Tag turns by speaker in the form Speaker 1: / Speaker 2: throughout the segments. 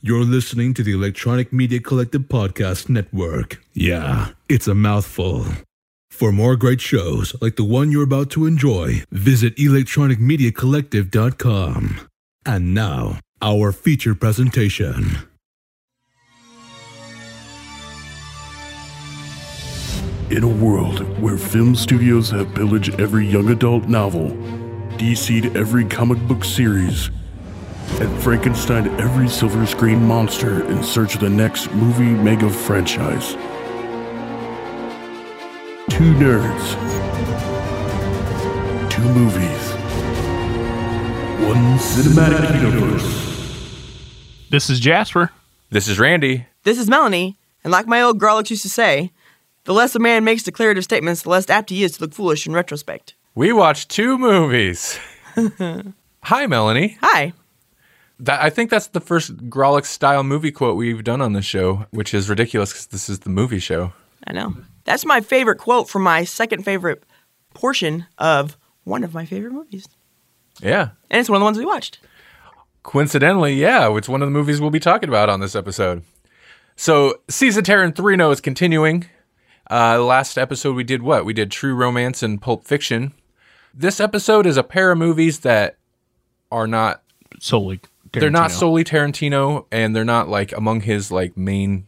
Speaker 1: You're listening to the Electronic Media Collective Podcast Network. Yeah, it's a mouthful. For more great shows like the one you're about to enjoy, visit electronicmediacollective.com. And now, our feature presentation.
Speaker 2: In a world where film studios have pillaged every young adult novel, DC'd every comic book series, and Frankenstein every silver screen monster in search of the next movie mega franchise. Two nerds, two movies, one cinematic universe.
Speaker 3: This is Jasper.
Speaker 4: This is Randy.
Speaker 5: This is Melanie, and like my old Garlic used to say, the less a man makes declarative statements, the less apt he is to look foolish in retrospect.
Speaker 4: We watched two movies. Hi, Melanie.
Speaker 5: Hi.
Speaker 4: That, I think that's the first Grolic style movie quote we've done on the show, which is ridiculous because this is the movie show.
Speaker 5: I know. That's my favorite quote from my second favorite portion of one of my favorite movies.
Speaker 4: Yeah.
Speaker 5: And it's one of the ones we watched.
Speaker 4: Coincidentally, yeah, it's one of the movies we'll be talking about on this episode. So, Caesar Terran 3 is continuing. Uh, last episode we did what? We did True Romance and Pulp Fiction. This episode is a pair of movies that are not
Speaker 3: Solely.
Speaker 4: they're not
Speaker 3: Tarantino.
Speaker 4: solely Tarantino, and they're not like among his like main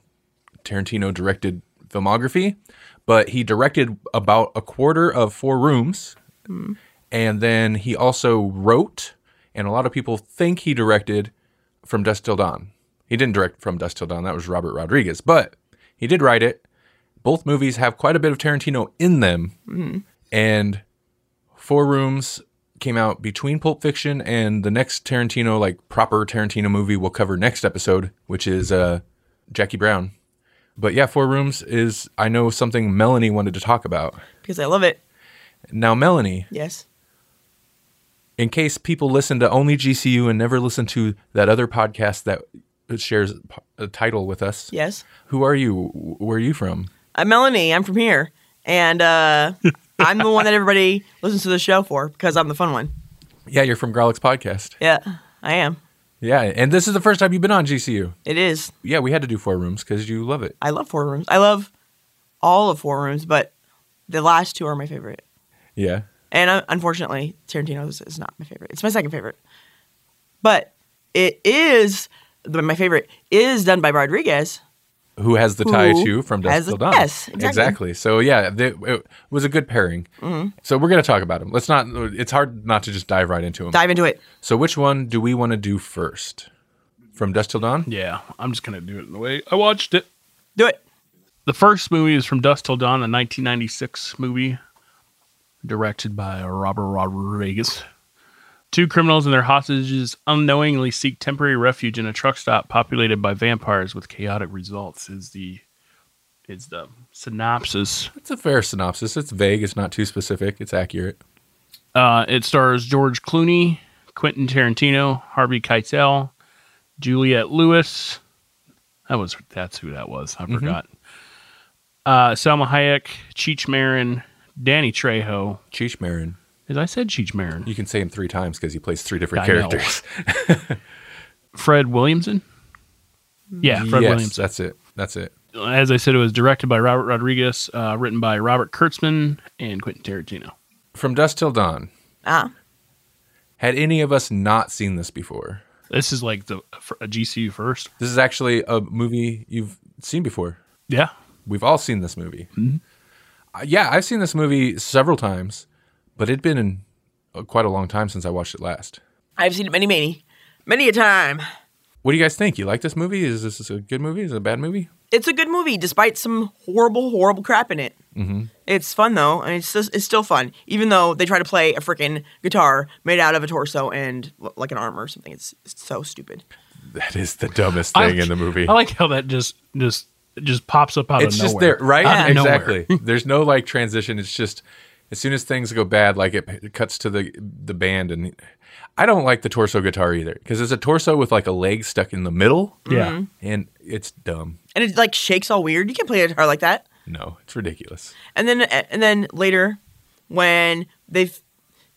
Speaker 4: Tarantino directed filmography. But he directed about a quarter of Four Rooms, and then he also wrote, and a lot of people think he directed From Dust Till Dawn. He didn't direct From Dust Till Dawn; that was Robert Rodriguez, but he did write it. Both movies have quite a bit of Tarantino in them, and Four Rooms came out between Pulp Fiction and the next Tarantino, like proper Tarantino movie we'll cover next episode, which is uh, Jackie Brown. But yeah, Four Rooms is, I know, something Melanie wanted to talk about.
Speaker 5: Because I love it.
Speaker 4: Now, Melanie,
Speaker 5: Yes.
Speaker 4: in case people listen to only GCU and never listen to that other podcast that shares a title with us,
Speaker 5: Yes.
Speaker 4: who are you? Where are you from?
Speaker 5: I'm Melanie. I'm from here. And uh, I'm the one that everybody listens to the show for because I'm the fun one.
Speaker 4: Yeah, you're from Grolix Podcast.
Speaker 5: Yeah, I am.
Speaker 4: Yeah, and this is the first time you've been on GCU.
Speaker 5: It is.
Speaker 4: Yeah, we had to do Four Rooms because you love it.
Speaker 5: I love four rooms. I love all of four rooms, but the last two are my favorite.
Speaker 4: Yeah.
Speaker 5: And uh, unfortunately, Tarantino's is not my favorite. It's my second favorite. But it is th- my favorite is done by Rodriguez.
Speaker 4: who has the tie
Speaker 5: Who
Speaker 4: to from Dusk
Speaker 5: has the-
Speaker 4: Till Dawn.
Speaker 5: yes, exactly.
Speaker 4: So yeah, they, it was a good pairing.
Speaker 5: Mm-hmm.
Speaker 4: So we're gonna talk about them. Let's not. It's hard not to just dive right into them.
Speaker 5: Dive into it.
Speaker 4: so which one do we want to do first? From Dusk Till Dawn.
Speaker 3: Yeah, I'm just gonna do it the way I watched it.
Speaker 5: Do it.
Speaker 3: The first movie is from Dust Till Dawn, a 1996 movie directed by Robert Rodriguez. Two criminals and their hostages unknowingly seek temporary refuge in a truck stop populated by vampires with chaotic results. Is the is the synopsis.
Speaker 4: It's a fair synopsis. It's vague. It's not too specific. It's accurate.
Speaker 3: Uh, it stars George Clooney, Quentin Tarantino, Harvey Keitel, Juliette Lewis. That was that's who that was.
Speaker 4: Mm-hmm.
Speaker 3: I forgot. Uh, Salma Hayek, Cheech Marin, Danny Trejo.
Speaker 4: Cheech Marin.
Speaker 3: As I said, Cheech Marin.
Speaker 4: You can say him three times because he plays three different
Speaker 3: I know.
Speaker 4: characters.
Speaker 3: Fred Williamson. Yeah, Fred
Speaker 4: yes,
Speaker 3: Williamson.
Speaker 4: that's it. That's it.
Speaker 3: As I said, it was directed by Robert Rodriguez, uh, written by Robert Kurtzman and Quentin Tarantino.
Speaker 4: From Dusk Till Dawn.
Speaker 5: Ah,
Speaker 4: Had any of us not seen this before?
Speaker 3: This is like the for- a GCU first.
Speaker 4: This is actually a movie you've seen before.
Speaker 3: Yeah,
Speaker 4: We've all seen this movie. Uh, yeah, I've seen this movie several times, but it'd been in, uh, quite a long time since I watched it last.
Speaker 5: I've seen it many, many, many a time.
Speaker 4: What do you guys think? You like this movie? Is this a good movie? Is it a bad movie?
Speaker 5: It's a good movie, despite some horrible, horrible crap in it. Mm-hmm. It's fun though, and it's just, it's still fun, even though they try to play a freaking guitar made out of a torso and l- like an arm or something. It's, it's so stupid.
Speaker 4: That is the dumbest
Speaker 3: I-
Speaker 4: thing in the movie.
Speaker 3: I like how that just just just pops up out
Speaker 4: it's
Speaker 3: of
Speaker 4: just
Speaker 3: nowhere.
Speaker 4: there, right?
Speaker 3: Out of nowhere.
Speaker 4: exactly. There's no like transition. It's just as soon as things go bad, like it, it cuts to the the band, and I don't like the torso guitar either because it's a torso with like a leg stuck in the middle.
Speaker 3: Yeah.
Speaker 4: and it's dumb.
Speaker 5: And it like shakes all weird. You can't play a guitar like that.
Speaker 4: No, it's ridiculous.
Speaker 5: and then and then later when they've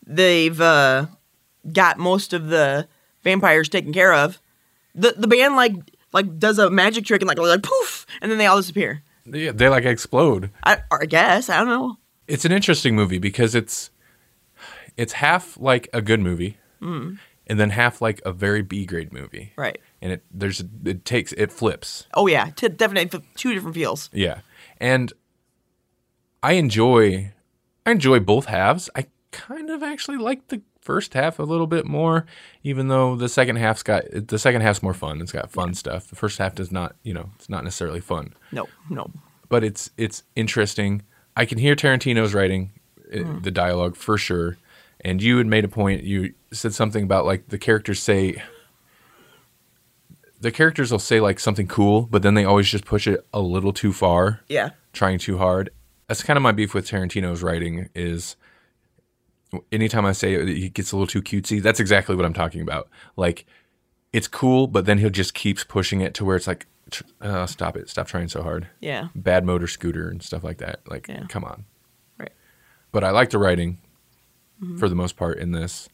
Speaker 5: they've uh, got most of the vampires taken care of the the band like like does a magic trick and like like poof, and then they all disappear.
Speaker 4: Yeah, they like explode.
Speaker 5: I, or I guess I don't know.
Speaker 4: It's an interesting movie because it's it's half like a good movie, and then half like a very B grade movie.
Speaker 5: Right.
Speaker 4: And it there's it takes it flips.
Speaker 5: Oh yeah, t- definitely f- two different feels.
Speaker 4: Yeah. And I enjoy I enjoy both halves. I kind of actually like the first half a little bit more, even though the second half's got the second half's more fun. It's got fun stuff. The first half does not, you know, it's not necessarily fun.
Speaker 5: No, no.
Speaker 4: But it's it's interesting. I can hear Tarantino's writing uh, the dialogue for sure. And you had made a point, you said something about like the characters say the characters will say like something cool, but then they always just push it a little too far
Speaker 5: Yeah,
Speaker 4: trying too hard. That's kind of my beef with Tarantino's writing is anytime I say it gets a little too cutesy, that's exactly what I'm talking about. Like it's cool, but then he'll just keeps pushing it to where it's like, tr- uh, stop it, stop trying so hard.
Speaker 5: yeah,
Speaker 4: Bad motor scooter and stuff like that. Like,
Speaker 5: Yeah.
Speaker 4: come on.
Speaker 5: right. Mm-hmm.
Speaker 4: But I like the writing for the most part in this.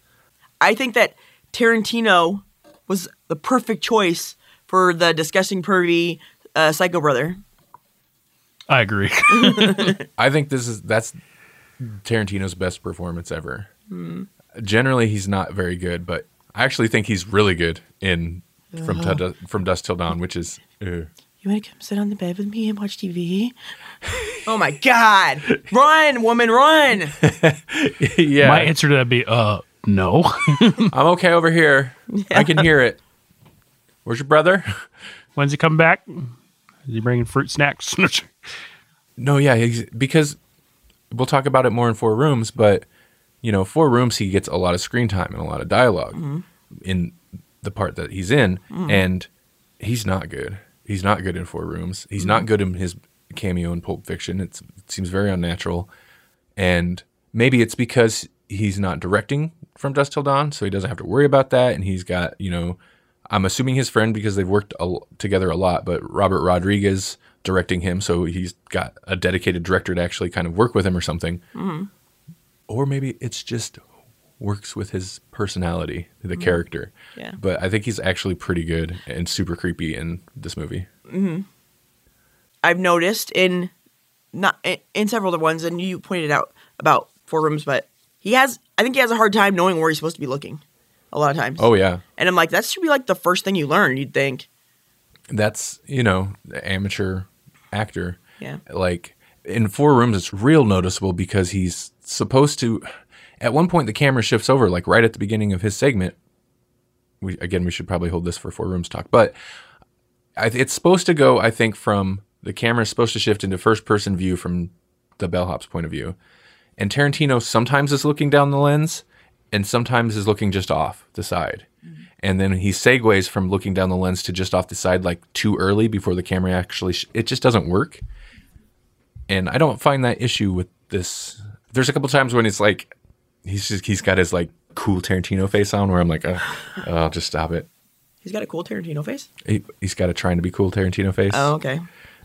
Speaker 5: I think that Tarantino was the perfect choice for the disgusting pervy uh, psycho brother.
Speaker 3: I agree.
Speaker 4: I think this is that's Tarantino's best performance ever.
Speaker 5: Mm-hmm.
Speaker 4: Generally, he's not very good, but I actually think he's really good in from
Speaker 5: Uh-huh.
Speaker 4: Tu- from Dust Till Dawn, which is uh,
Speaker 5: You want to come sit on the bed with me and watch TV? oh my God! Run, woman, run!
Speaker 4: yeah.
Speaker 3: My answer to that would be uh no.
Speaker 4: E I'm okay over here. I can hear it. Where's your brother?
Speaker 3: When's he coming back? Is he bringing fruit snacks?
Speaker 4: No, yeah, he's, because we'll talk about it more in Four Rooms, but you know, Four Rooms he gets a lot of screen time and a lot of dialog in the part that he's in, and he's not good. He's not good in Four Rooms. He's not good in his cameo in Pulp Fiction. It's, it seems very unnatural, and maybe it's because he's not directing from Dust Till Dawn, so he doesn't have to worry about that, and he's got you know. I'm assuming his friend because they've worked a, l- together a lot, but Robert Rodriguez directing him, so he's got a dedicated director to actually kind of work with him or something. Or maybe it's just works with his personality, the character.
Speaker 5: Yeah.
Speaker 4: But I think he's actually pretty good and super creepy in this movie.
Speaker 5: I've noticed in not in- in several other ones, and you pointed out about four rooms, but he has. I think he has a hard time knowing where he's supposed to be looking. A lot of times.
Speaker 4: Oh yeah,
Speaker 5: And I'm like, that should be like the first thing you learn. You'd think.
Speaker 4: that's you know the amateur actor.
Speaker 5: Yeah.
Speaker 4: like in four rooms it's real noticeable because he's supposed to at one point the camera shifts over like right at the beginning of his segment we again we should probably hold this for four rooms talk but I, th- it's supposed to go i think from the camera's supposed to shift into first person view from the bellhop's point of view and tarantino sometimes is looking down the lens and sometimes is looking just off the side and then he segues from looking down the lens to just off the side like too early before the camera actually sh- it just doesn't work and I don't find that issue with this. There's a couple times when it's like he's just he's got his like cool Tarantino face on, where I'm like, uh, uh, I'll just stop it.
Speaker 5: He's got a cool Tarantino face.
Speaker 4: He, he's got a trying to be cool Tarantino face,
Speaker 5: Oh, okay.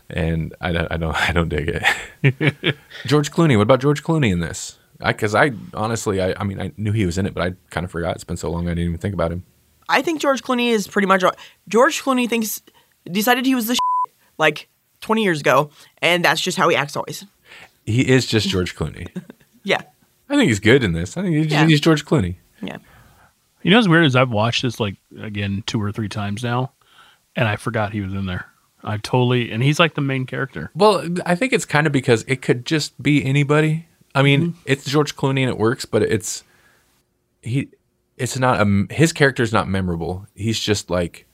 Speaker 4: and I don't, I don't, I don't dig it. George Clooney. What about George Clooney in this? Because I, honestly, I, I mean, I knew he was in it, but I kind of forgot. It's been so long, I didn't even think about him.
Speaker 5: I think George Clooney is pretty much George Clooney thinks decided he was the shit, like 20 years ago, and that's just how he acts always.
Speaker 4: He is just George Clooney.
Speaker 5: Yeah,
Speaker 4: I think he's good in this. I think he's,
Speaker 5: Yeah.
Speaker 4: he's George Clooney.
Speaker 5: yeah.
Speaker 3: you know what's weird is I've watched this like again two or three times now, and I forgot he was in there. I totally and he's like the main character.
Speaker 4: Well, I think it's kind of because it could just be anybody. I mean,
Speaker 5: Mm-hmm.
Speaker 4: it's George Clooney and it works, but it's he. It's not um his character's not memorable. He's just like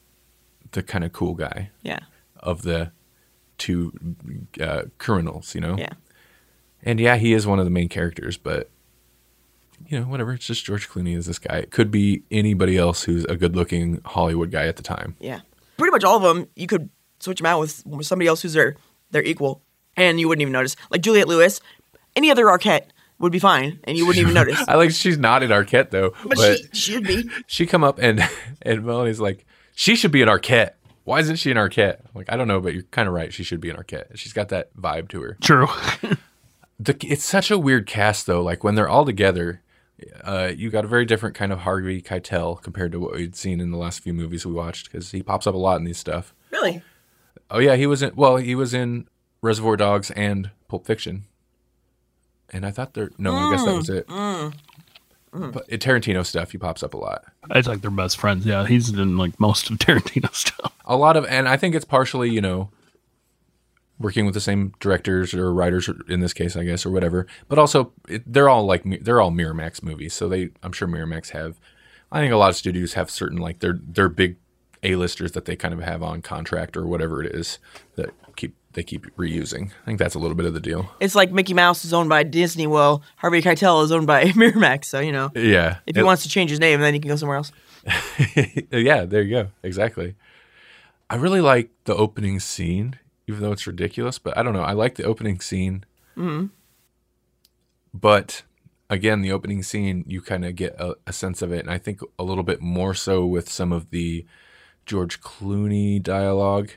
Speaker 4: the kind of cool guy
Speaker 5: Yeah,
Speaker 4: of the two uh, criminals, you know.
Speaker 5: yeah.
Speaker 4: And yeah, he is one of the main characters, but you know, whatever. It's just George Clooney is this guy. It could be anybody else who's a good-looking Hollywood guy at the time.
Speaker 5: Yeah. Pretty much all of them, you could switch them out with with somebody else who's their their equal, and you wouldn't even notice. Like Juliette Lewis, any other Arquette would be fine, and you wouldn't even notice.
Speaker 4: I like she's not in Arquette though,
Speaker 5: But, she should be.
Speaker 4: she come up and and Melanie's like, she should be an Arquette. Why isn't she an Arquette? I'm like, I don't know, but you're kind of right. She should be an Arquette. She's got that vibe to her.
Speaker 3: True.
Speaker 4: The, it's such a weird cast though. Like when they're all together, uh, you got a very different kind of Harvey Keitel compared to what we'd seen in the last few movies we watched because he pops up a lot in these stuff.
Speaker 5: Really?
Speaker 4: Oh yeah, he was in. Well, he was in Reservoir Dogs and Pulp Fiction. And I thought there. No, I guess that was it. But in Tarantino stuff, he pops up a lot.
Speaker 3: It's like their best friends. Yeah, he's in like most of Tarantino stuff.
Speaker 4: A lot of, and I think it's partially, you know, working with the same directors or writers or- in this case, I guess, or whatever. But also, it, they're all like mi- they're all Miramax movies, so they, I'm sure Miramax have. I think a lot of studios have certain like their their big A-listers that they kind of have on contract or whatever it is that keep they keep reusing. I think that's a little bit of the deal.
Speaker 5: It's like Mickey Mouse is owned by Disney. Well, Harvey Keitel is owned by Miramax. So you know,
Speaker 4: Yeah,
Speaker 5: if he
Speaker 4: It-
Speaker 5: wants to change his name, then he can go somewhere else.
Speaker 4: yeah, there you go. Exactly. I really like the opening scene, even though it's ridiculous, but I don't know. I like the opening scene. But again, the opening scene, you kind of get a, a sense of it. And I think a little bit more so with some of the George Clooney dialogue.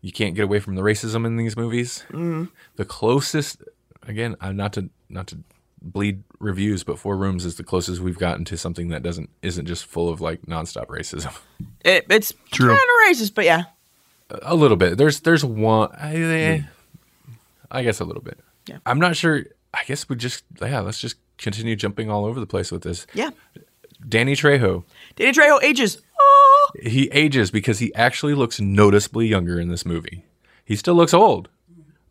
Speaker 4: You can't get away from the racism in these movies. The closest, again, I'm not to not to bleed reviews, but Four Rooms is the closest we've gotten to something that doesn't isn't just full of like nonstop racism.
Speaker 5: It, it's
Speaker 3: True.
Speaker 5: kind of racist, but yeah,
Speaker 4: A little bit. There's there's one. I, eh, I guess a little bit.
Speaker 5: Yeah.
Speaker 4: I'm not sure. I guess we just yeah. Let's just continue jumping all over the place with this.
Speaker 5: yeah.
Speaker 4: Danny Trejo.
Speaker 5: Danny Trejo ages. Oh,
Speaker 4: He ages because he actually looks noticeably younger in this movie. He still looks old,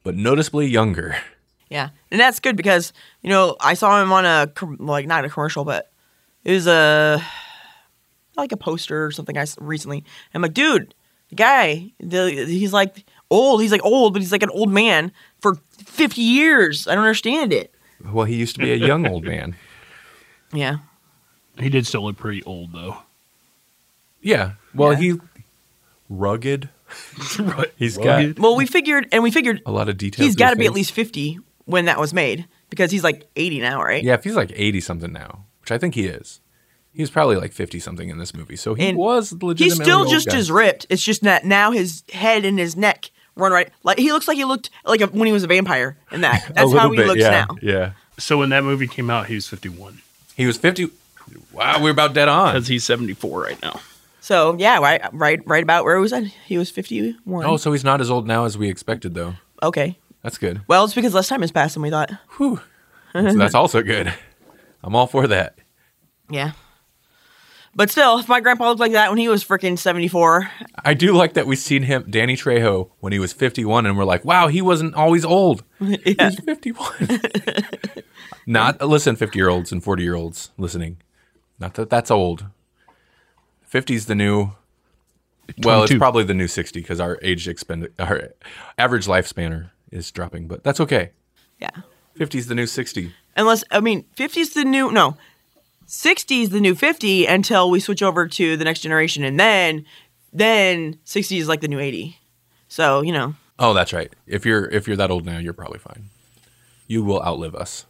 Speaker 4: but noticeably younger.
Speaker 5: yeah, and that's good because you know I saw him on a com- like not a commercial, but it was a like a poster or something I s- recently. I'm like, dude, the guy, the, he's like old. He's like old, but he's like an old man for 50 years. I don't understand it.
Speaker 4: Well, he used to be a young old man.
Speaker 5: Yeah.
Speaker 3: He did still look pretty old though.
Speaker 4: Yeah. Well,
Speaker 5: Yeah.
Speaker 4: he rugged. He's
Speaker 3: Rugged.
Speaker 4: got
Speaker 5: Well, we figured, and we figured
Speaker 4: a lot of details.
Speaker 5: he's
Speaker 4: to his
Speaker 5: got to be at
Speaker 4: face.
Speaker 5: least 50 when that was made because he's like 80 now, right?
Speaker 4: Yeah, if he's like 80 something now, which I think he is, he was probably like 50 something in this movie. So he
Speaker 5: And
Speaker 4: was legitimately.
Speaker 5: He's still
Speaker 4: old
Speaker 5: just
Speaker 4: guy.
Speaker 5: as ripped. It's just that now his head and his neck run right. Like he looks like he looked like a, when he was a vampire, and that
Speaker 4: A
Speaker 5: that's how
Speaker 4: little
Speaker 5: he
Speaker 4: bit,
Speaker 5: looks
Speaker 4: yeah,
Speaker 5: now.
Speaker 4: Yeah.
Speaker 3: So when that movie came out, he was 51
Speaker 4: He was 50. Wow, we're about dead on.
Speaker 3: because he's 74 right now.
Speaker 5: So yeah, right, right, right about where was I? He was fifty-one.
Speaker 4: Oh, so he's not as old now as we expected, though.
Speaker 5: okay.
Speaker 4: That's good.
Speaker 5: Well, it's because less time has passed than we thought.
Speaker 4: Whew. So that's also good. I'm all for that.
Speaker 5: Yeah. But still, if my grandpa looked like that when he was freaking seventy-four,
Speaker 4: I do like that we've seen him, Danny Trejo, when he was 51, and we're like, wow, he wasn't always old.
Speaker 5: yeah,
Speaker 4: He's 51. not listen, 50 year olds and 40 year olds listening. Not that that's old. 50's the new. Well, it's
Speaker 3: 22.
Speaker 4: probably the new 60 because our age expend our average lifespan is dropping, but that's okay.
Speaker 5: yeah.
Speaker 4: 50's the new 60.
Speaker 5: Unless I mean, fifty's the new no, sixty's the new fifty until we switch over to the next generation, and then then sixty is like the new eighty. So you know,
Speaker 4: Oh, that's right. If you're if you're that old now, you're probably fine. You will outlive us.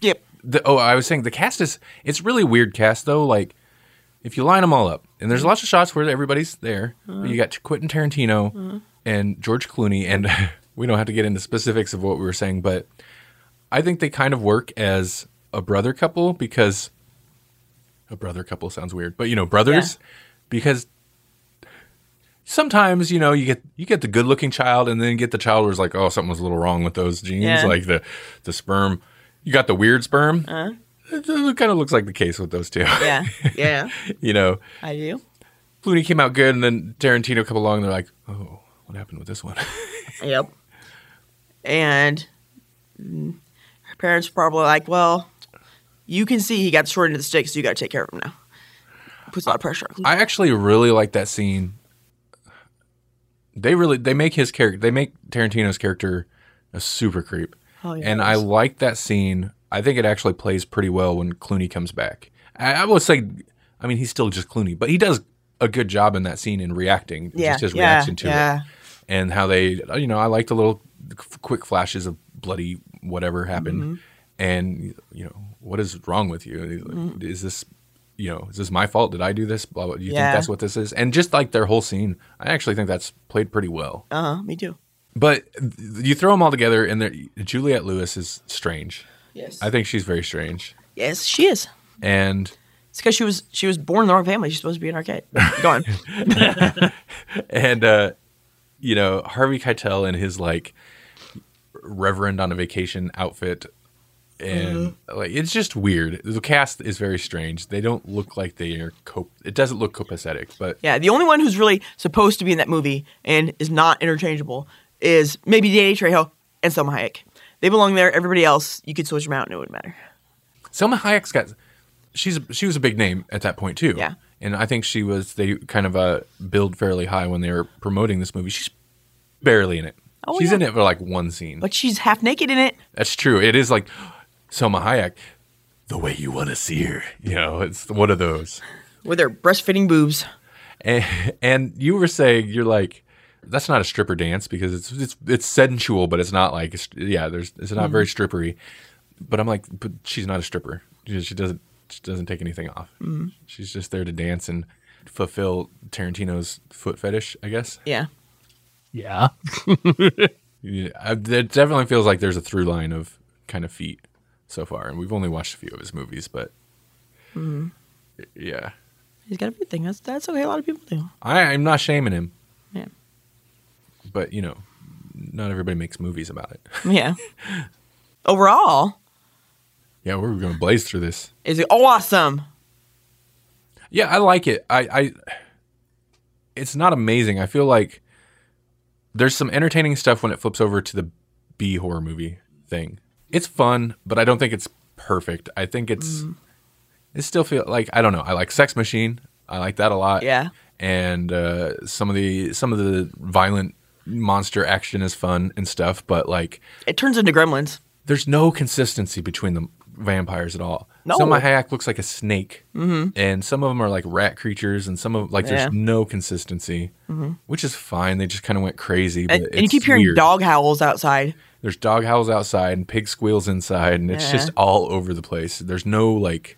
Speaker 5: yep.
Speaker 4: the, oh, I was saying the cast is it's really weird cast though. Like if you line them all up, and there's lots of shots where everybody's there. but You got Quentin Tarantino and George Clooney, and we don't have to get into specifics of what we were saying, but I think they kind of work as a brother couple because a brother couple sounds weird, but you know brothers because. Sometimes you know you get you get the good looking child, and then you get the child who's like, oh, something was a little wrong with those genes,
Speaker 5: Yeah.
Speaker 4: like the the sperm. You got the weird sperm. It, kind of looks like the case with those two.
Speaker 5: Yeah, yeah,
Speaker 4: you know,
Speaker 5: I do.
Speaker 4: Clooney came out good, and then Tarantino come along, and they're like, oh, what happened with this one?
Speaker 5: Yep. And mm, her parents were probably like, well, you can see he got the short end of the stick, so you got to take care of him now. Puts a lot of pressure. on
Speaker 4: I actually really like that scene. They really they make his character they make Tarantino's character a super creep.
Speaker 5: Oh, yeah,
Speaker 4: and
Speaker 5: it
Speaker 4: I
Speaker 5: was.
Speaker 4: like that scene. I think it actually plays pretty well when Clooney comes back. I, I would say I mean he's still just Clooney, but he does a good job in that scene in reacting.
Speaker 5: yeah,
Speaker 4: just his
Speaker 5: yeah,
Speaker 4: reaction to it.
Speaker 5: yeah.
Speaker 4: and how they you know i like the little quick flashes of bloody whatever happened and you know what is wrong with you He's like, is this you know is this my fault did i do this blah blah you
Speaker 5: Yeah.
Speaker 4: think that's what this is and just like their whole scene i actually think that's played pretty well
Speaker 5: Uh huh. Me too.
Speaker 4: but th- you throw them all together and they're- juliette lewis is strange
Speaker 5: Yes.
Speaker 4: i think she's very strange
Speaker 5: yes, she is.
Speaker 4: and
Speaker 5: It's because she was she was born in the wrong family. She's supposed to be an arcade. Go on.
Speaker 4: and uh you know, Harvey Keitel in his like reverend on a vacation outfit. And like it's just weird. The cast is very strange. They don't look like they are cop it doesn't look copacetic, but
Speaker 5: Yeah, the only one who's really supposed to be in that movie and is not interchangeable is maybe Danny Trejo and Selma Hayek. They belong there. Everybody else, you could switch them out and it wouldn't matter.
Speaker 4: Selma Hayek's got she's she was a big name at that point too.
Speaker 5: Yeah.
Speaker 4: And I think she was they kind of uh billed fairly high when they were promoting this movie. She's barely in it.
Speaker 5: Oh,
Speaker 4: she's
Speaker 5: yeah.
Speaker 4: in it for like one scene.
Speaker 5: But she's half naked in it.
Speaker 4: That's true. It is like Selma Hayek, the way you want to see her. You know, it's one of those.
Speaker 5: with their breastfeeding boobs.
Speaker 4: And, and you were saying you're like, that's not a stripper dance because it's it's it's sensual, but it's not like yeah, there's it's not very strippery. But I'm like, but she's not a stripper. She, she doesn't she doesn't take anything off. She's just there to dance and fulfill Tarantino's foot fetish, I guess.
Speaker 5: Yeah.
Speaker 3: Yeah.
Speaker 4: Yeah, I- it definitely feels like there's a through line of kind of feet so far, and we've only watched a few of his movies, but yeah,
Speaker 5: He's got everything. That's that's okay. A lot of people do.
Speaker 4: I, I'm not shaming him,
Speaker 5: Yeah.
Speaker 4: but you know, not everybody makes movies about it.
Speaker 5: Yeah. Overall,
Speaker 4: yeah, we're gonna blaze through this.
Speaker 5: is it awesome?
Speaker 4: Yeah, I like it. I, I, it's not amazing. I feel like there's some entertaining stuff when it flips over to the B horror movie thing. It's fun, but I don't think it's perfect. I think it's, it still feel like I don't know. I like Sex Machine. I like that a lot.
Speaker 5: Yeah.
Speaker 4: and uh, some of the some of the violent monster action is fun and stuff, but like
Speaker 5: It turns into Gremlins.
Speaker 4: there's no consistency between the vampires at all.
Speaker 5: No. Mm-hmm.
Speaker 4: Some of Hayek looks like a snake, and some of them are like rat creatures, and some of like
Speaker 5: Yeah.
Speaker 4: there's
Speaker 5: Mm-hmm.
Speaker 4: no consistency, which is fine. They just kind of went crazy. But
Speaker 5: And, and you
Speaker 4: it's
Speaker 5: keep hearing
Speaker 4: weird.
Speaker 5: dog howls outside.
Speaker 4: There's dog howls outside and pig squeals inside, and it's
Speaker 5: Yeah.
Speaker 4: just all over the place. There's no like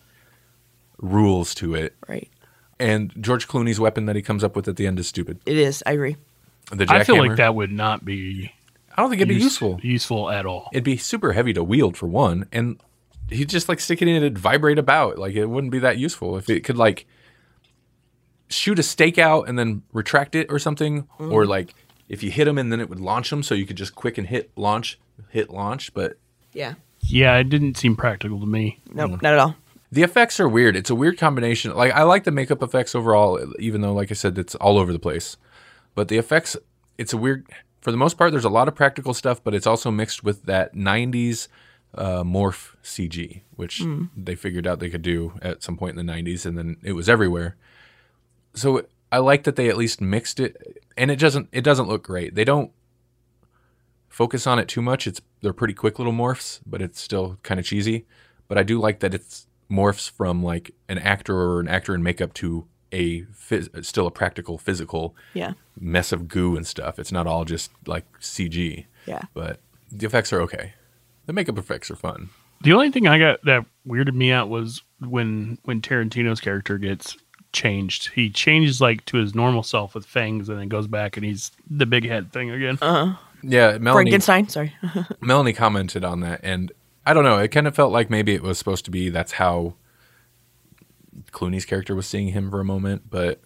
Speaker 4: rules to it.
Speaker 5: Right.
Speaker 4: And George Clooney's weapon that he comes up with at the end is stupid.
Speaker 5: It is. I agree.
Speaker 4: The jackhammer.
Speaker 3: I feel like that would not be
Speaker 4: I don't think it'd be
Speaker 3: use-
Speaker 4: useful.
Speaker 3: useful at all.
Speaker 4: it'd be super heavy to wield for one, and he'd just like stick it in and it'd vibrate about. Like it wouldn't be that useful if it could like shoot a stake out and then retract it or something, or like if you hit him and then it would launch him, so you could just quick and hit launch, hit launch. But
Speaker 5: Yeah.
Speaker 3: Yeah, it didn't seem practical to me.
Speaker 5: No,
Speaker 4: Mm.
Speaker 5: not at all.
Speaker 4: the effects are weird. It's a weird combination. Like I like the makeup effects overall, even though like I said, it's all over the place. But the effects, it's a weird. For the most part, there's a lot of practical stuff, but it's also mixed with that '90s uh, morph CG, which they figured out they could do at some point in the '90s, and then it was everywhere. So I like that they at least mixed it, and it doesn't it doesn't look great. They don't focus on it too much. It's they're pretty quick little morphs, but it's still kind of cheesy. But I do like that it's morphs from like an actor or an actor in makeup to a phys- still a practical physical
Speaker 5: Yeah.
Speaker 4: mess of goo and stuff. It's not all just like CG.
Speaker 5: Yeah.
Speaker 4: But the effects are okay. The makeup effects are fun.
Speaker 3: The only thing I got that weirded me out was when when Tarantino's character gets changed. He changes like to his normal self with fangs, and then goes back and he's the big head thing again.
Speaker 4: Yeah, Melanie
Speaker 5: Frankenstein. Sorry.
Speaker 4: Melanie commented on that, and I don't know. It kind of felt like maybe it was supposed to be that's how Clooney's character was seeing him for a moment, but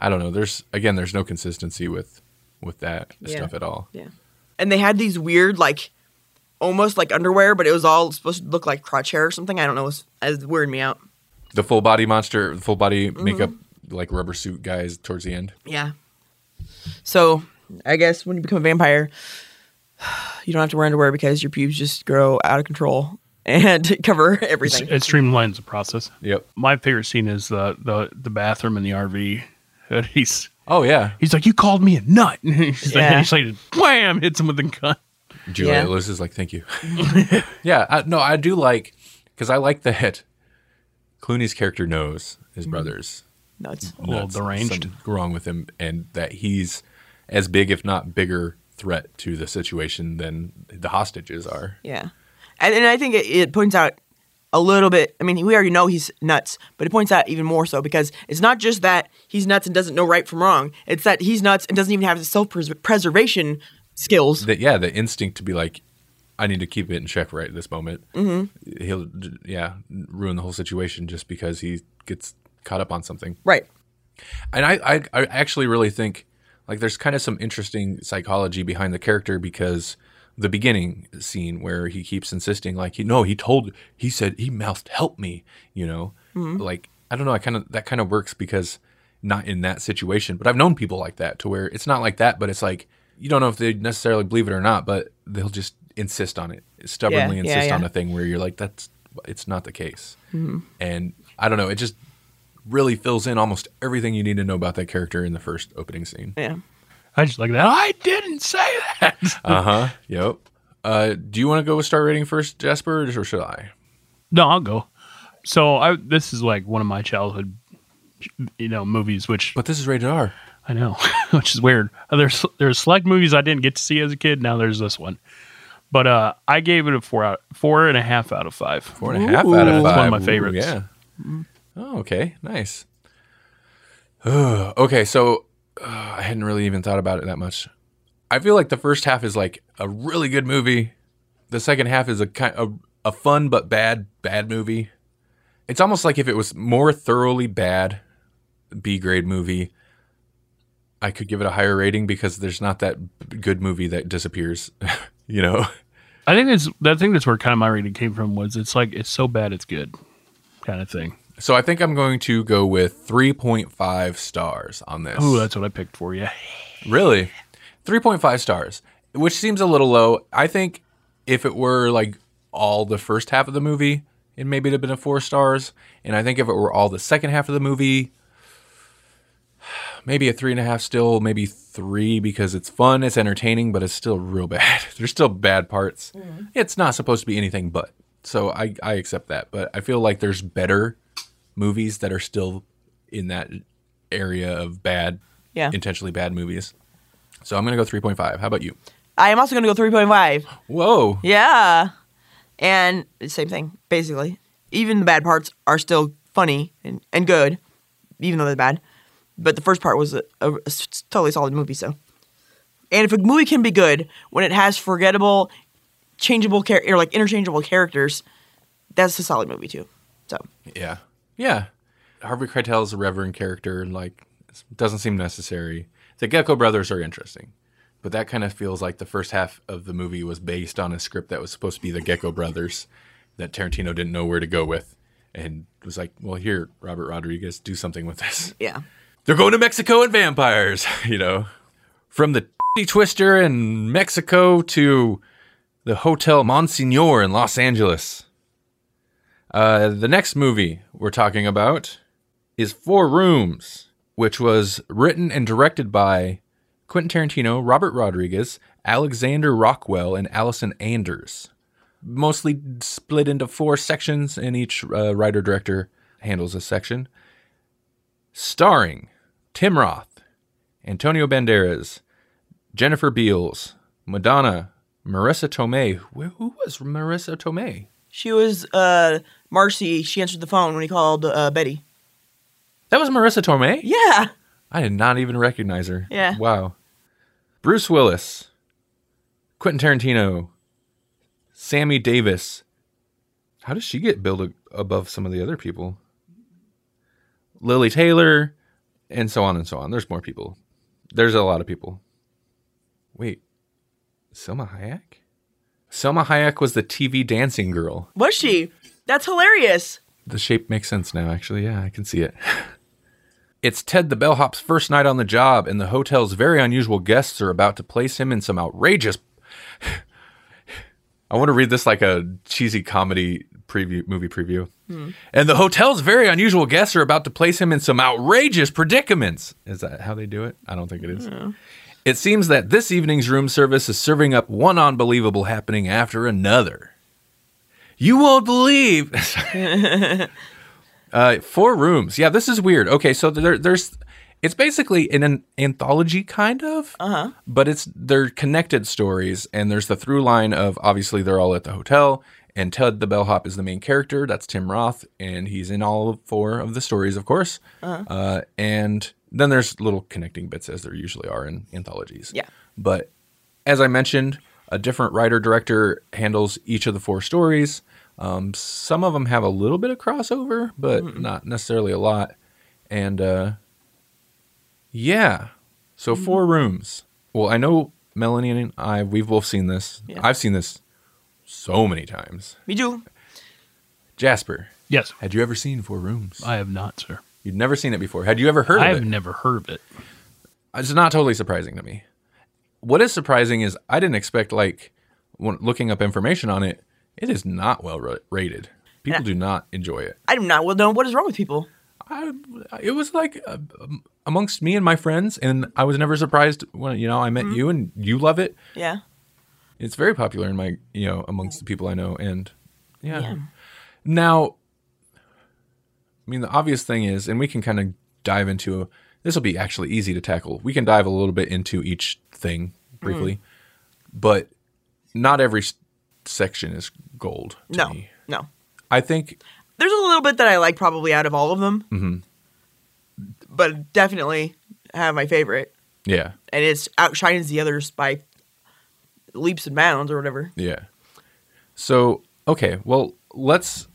Speaker 4: I don't know. There's again, there's no consistency with with that
Speaker 5: Yeah.
Speaker 4: stuff at all.
Speaker 5: yeah. And they had these weird, like, almost like underwear, but it was all supposed to look like crotch hair or something. I don't know. It was, it was weirding me out.
Speaker 4: The full body monster, full body
Speaker 5: Mm-hmm.
Speaker 4: makeup, like rubber suit guys towards the end.
Speaker 5: Yeah. So I guess when you become a vampire, you don't have to wear underwear because your pubes just grow out of control and cover
Speaker 3: It's-
Speaker 5: everything.
Speaker 3: it streamlines the process.
Speaker 4: Yep.
Speaker 3: My favorite scene is the the the bathroom in the RV. And he's
Speaker 4: Oh yeah,
Speaker 3: he's like, "You called me a nut," and he's,
Speaker 5: Yeah.
Speaker 3: like, he's like, "Wham!" hits him with the gun.
Speaker 4: Julia
Speaker 5: Yeah.
Speaker 4: Lewis is like, thank you. yeah, I, no, I do like because I like that Clooney's character knows his
Speaker 5: Mm-hmm.
Speaker 4: brothers.
Speaker 5: Nuts.
Speaker 3: A little
Speaker 4: nuts,
Speaker 3: deranged.
Speaker 4: something wrong with him, and that he's as big, if not bigger, threat to the situation than the hostages are.
Speaker 5: Yeah. And, and I think it, it points out a little bit. I mean, we already know he's nuts, but it points out even more so because it's not just that he's nuts and doesn't know right from wrong, it's that he's nuts and doesn't even have the self preservation skills.
Speaker 4: That yeah, the instinct to be like, I need to keep it in check right at this moment. Mm-hmm. He'll d- yeah ruin the whole situation just because he gets caught up on something.
Speaker 5: Right.
Speaker 4: And I, I, I actually really think, Like there's kind of some interesting psychology behind the character because the beginning scene where he keeps insisting like he no he told he said he mouthed help me you know
Speaker 5: Mm-hmm.
Speaker 4: like I don't know I kind of that kind of works because not in that situation but I've known people like that to where it's not like that but it's like you don't know if they necessarily believe it or not but they'll just insist on it stubbornly
Speaker 5: yeah,
Speaker 4: insist on
Speaker 5: yeah. Mm-hmm.
Speaker 4: a thing where you're like that's it's not the case and I don't know it just really fills in almost everything you need to know about that character in the first opening scene.
Speaker 5: Yeah.
Speaker 3: I just like that. I didn't say that.
Speaker 4: Uh huh. Yep. Uh, do you want to go with star rating first, Jasper, or should I?
Speaker 3: No, I'll go. So I this is like one of my childhood, you know, movies. Which
Speaker 4: But this is rated R.
Speaker 3: I know, which is weird. There's there's select movies I didn't get to see as a kid. Now there's this one, but uh, I gave it a four out four and a half out of five.
Speaker 4: Four and a half out of five.
Speaker 3: It's one of my
Speaker 4: Ooh,
Speaker 3: favorites.
Speaker 4: yeah. Oh, okay. Nice. Ugh, okay, so uh, I hadn't really even thought about it that much. I feel like the first half is like a really good movie. The second half is a kind a, a fun but bad bad movie. It's almost like if it was more thoroughly bad B grade movie, I could give it a higher rating because there's not that b- good movie that disappears, you know.
Speaker 3: I think that's that thing that's where kind of my rating came from was it's like it's so bad it's good, kind of thing.
Speaker 4: So I think I'm going to go with 3.5 stars on this.
Speaker 3: Ooh, that's what I picked for you.
Speaker 4: really 3.5 stars, which seems a little low. I think if it were like all the first half of the movie, it maybe would have been a four stars. And I think if it were all the second half of the movie, maybe a three and a half still, maybe three because it's fun, it's entertaining, but it's still real bad. There's still bad parts. It's not supposed to be anything but. So I, I accept that. But I feel like there's better movies that are still in that area of bad,
Speaker 5: Yeah.
Speaker 4: intentionally bad movies. So I'm going to go 3.5. How about you?
Speaker 5: I am also going to go 3.5.
Speaker 4: Whoa.
Speaker 5: Yeah. And same thing, basically. Even the bad parts are still funny and, and good, even though they're bad. But the first part was a, a s- totally solid movie, so. And if a movie can be good when it has forgettable, changeable, char- or like interchangeable characters, that's a solid movie, too. So,
Speaker 4: Yeah. Yeah. Harvey Keitel is a reverend character and like doesn't seem necessary. The Gecko brothers are interesting, but that kind of feels like the first half of the movie was based on a script that was supposed to be the Gecko brothers that Tarantino didn't know where to go with and was like, "Well, here, Robert Rodriguez, do something with this."
Speaker 5: yeah.
Speaker 4: They're going to Mexico and vampires, you know. From the twister in Mexico to the Hotel Monsignor in Los Angeles. Uh, the next movie we're talking about is Four Rooms, which was written and directed by Quentin Tarantino, Robert Rodriguez, Alexander Rockwell, and Allison Anders. Mostly split into four sections, and each uh, writer director handles a section starring Tim Roth, Antonio Banderas, Jennifer Beals, Madonna, Marissa Tomei. Who who was Marissa Tomei?
Speaker 5: She was uh, Marcy. She answered the phone when he called uh, Betty.
Speaker 4: That was Marissa Tomei?
Speaker 5: Yeah.
Speaker 4: I did not even recognize her.
Speaker 5: Yeah.
Speaker 4: Wow. Bruce Willis, Quentin Tarantino, Sammy Davis. How does she get billed a- above some of the other people? Lily Taylor, and so on and so on. There's more people. There's a lot of people. Wait, Selma Hayek? Selma Hayek was the TV dancing girl.
Speaker 5: Was she? That's hilarious.
Speaker 4: The shape makes sense now, actually. Yeah, I can see it. it's Ted the Bellhop's first night on the job, and the hotel's very unusual guests are about to place him in some outrageous. I want to read this like a cheesy comedy preview, movie preview. And the hotel's very unusual guests are about to place him in some outrageous predicaments. Is that how they do it? I don't think it is. It seems that this evening's room service is serving up one unbelievable happening after another. You won't believe. Uh, four rooms. Yeah, this is weird. Okay, so there, there's, it's basically in an anthology kind of, uh-huh. but it's they're connected stories, and there's the through line of obviously they're all at the hotel, and Ted the bellhop is the main character. That's Tim Roth, and he's in all four of the stories, of course. Uh-huh. and then there's little connecting bits as there usually are in anthologies.
Speaker 5: Yeah.
Speaker 4: But as I mentioned, a different writer director handles each of the four stories. Um, some of them have a little bit of crossover, but not necessarily a lot. And uh, yeah, So four rooms. Well, I know Melanie and I we've both seen this.
Speaker 5: Yeah.
Speaker 4: I've seen this so many times.
Speaker 5: Me too.
Speaker 4: Jasper,
Speaker 3: Yes,
Speaker 4: had you ever seen Four Rooms?
Speaker 3: I have not, sir.
Speaker 4: You'd never seen it before. Had you ever heard
Speaker 3: I
Speaker 4: of
Speaker 3: have
Speaker 4: it?
Speaker 3: never heard of it.
Speaker 4: it's not totally surprising to me. What is surprising is I didn't expect like when looking up information on it. It is not well ra- rated. People
Speaker 5: Yeah.
Speaker 4: do not enjoy it.
Speaker 5: I do not well know what is wrong with people.
Speaker 4: I, it was like uh, um, amongst me and my friends, and I was never surprised when you know I met you and you love it.
Speaker 5: Yeah.
Speaker 4: It's very popular in my you know amongst the people I know, and yeah. Now, I mean the obvious thing is, and we can kind of dive into this. Will be actually easy to tackle. We can dive a little bit into each thing
Speaker 5: Mm.
Speaker 4: briefly, but not every s- section is gold. To
Speaker 5: No.
Speaker 4: me.
Speaker 5: No.
Speaker 4: I think
Speaker 5: There's a little bit that I like probably out of all of them. Mm-hmm. But definitely have my favorite.
Speaker 4: yeah,
Speaker 5: And it's outshines the others by leaps and bounds or whatever.
Speaker 4: Yeah. So okay, well let's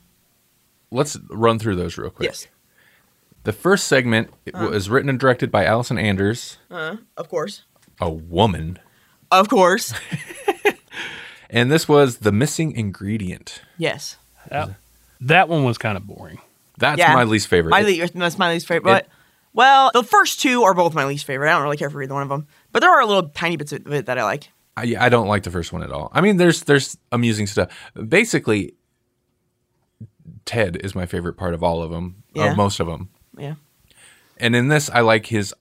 Speaker 4: let's run through those real quick.
Speaker 5: Yes. Uh.
Speaker 4: The first segment it was written and directed by Allison Anders,
Speaker 5: Of course.
Speaker 4: a woman,
Speaker 5: Of course.
Speaker 4: and this was the missing ingredient.
Speaker 5: yes.
Speaker 3: That, that one was kind of boring.
Speaker 4: That's
Speaker 5: Yeah.
Speaker 4: my least favorite.
Speaker 5: My least, that's my least favorite. But well, the first two are both my least favorite. I don't really care for either one of them. But there are little tiny bits of it that I like.
Speaker 4: I, I don't like the first one at all. I mean, there's there's amusing stuff. Basically, Ted is my favorite part of all of them,
Speaker 5: Yeah.
Speaker 4: of most of them.
Speaker 5: Yeah.
Speaker 4: And in this, I like his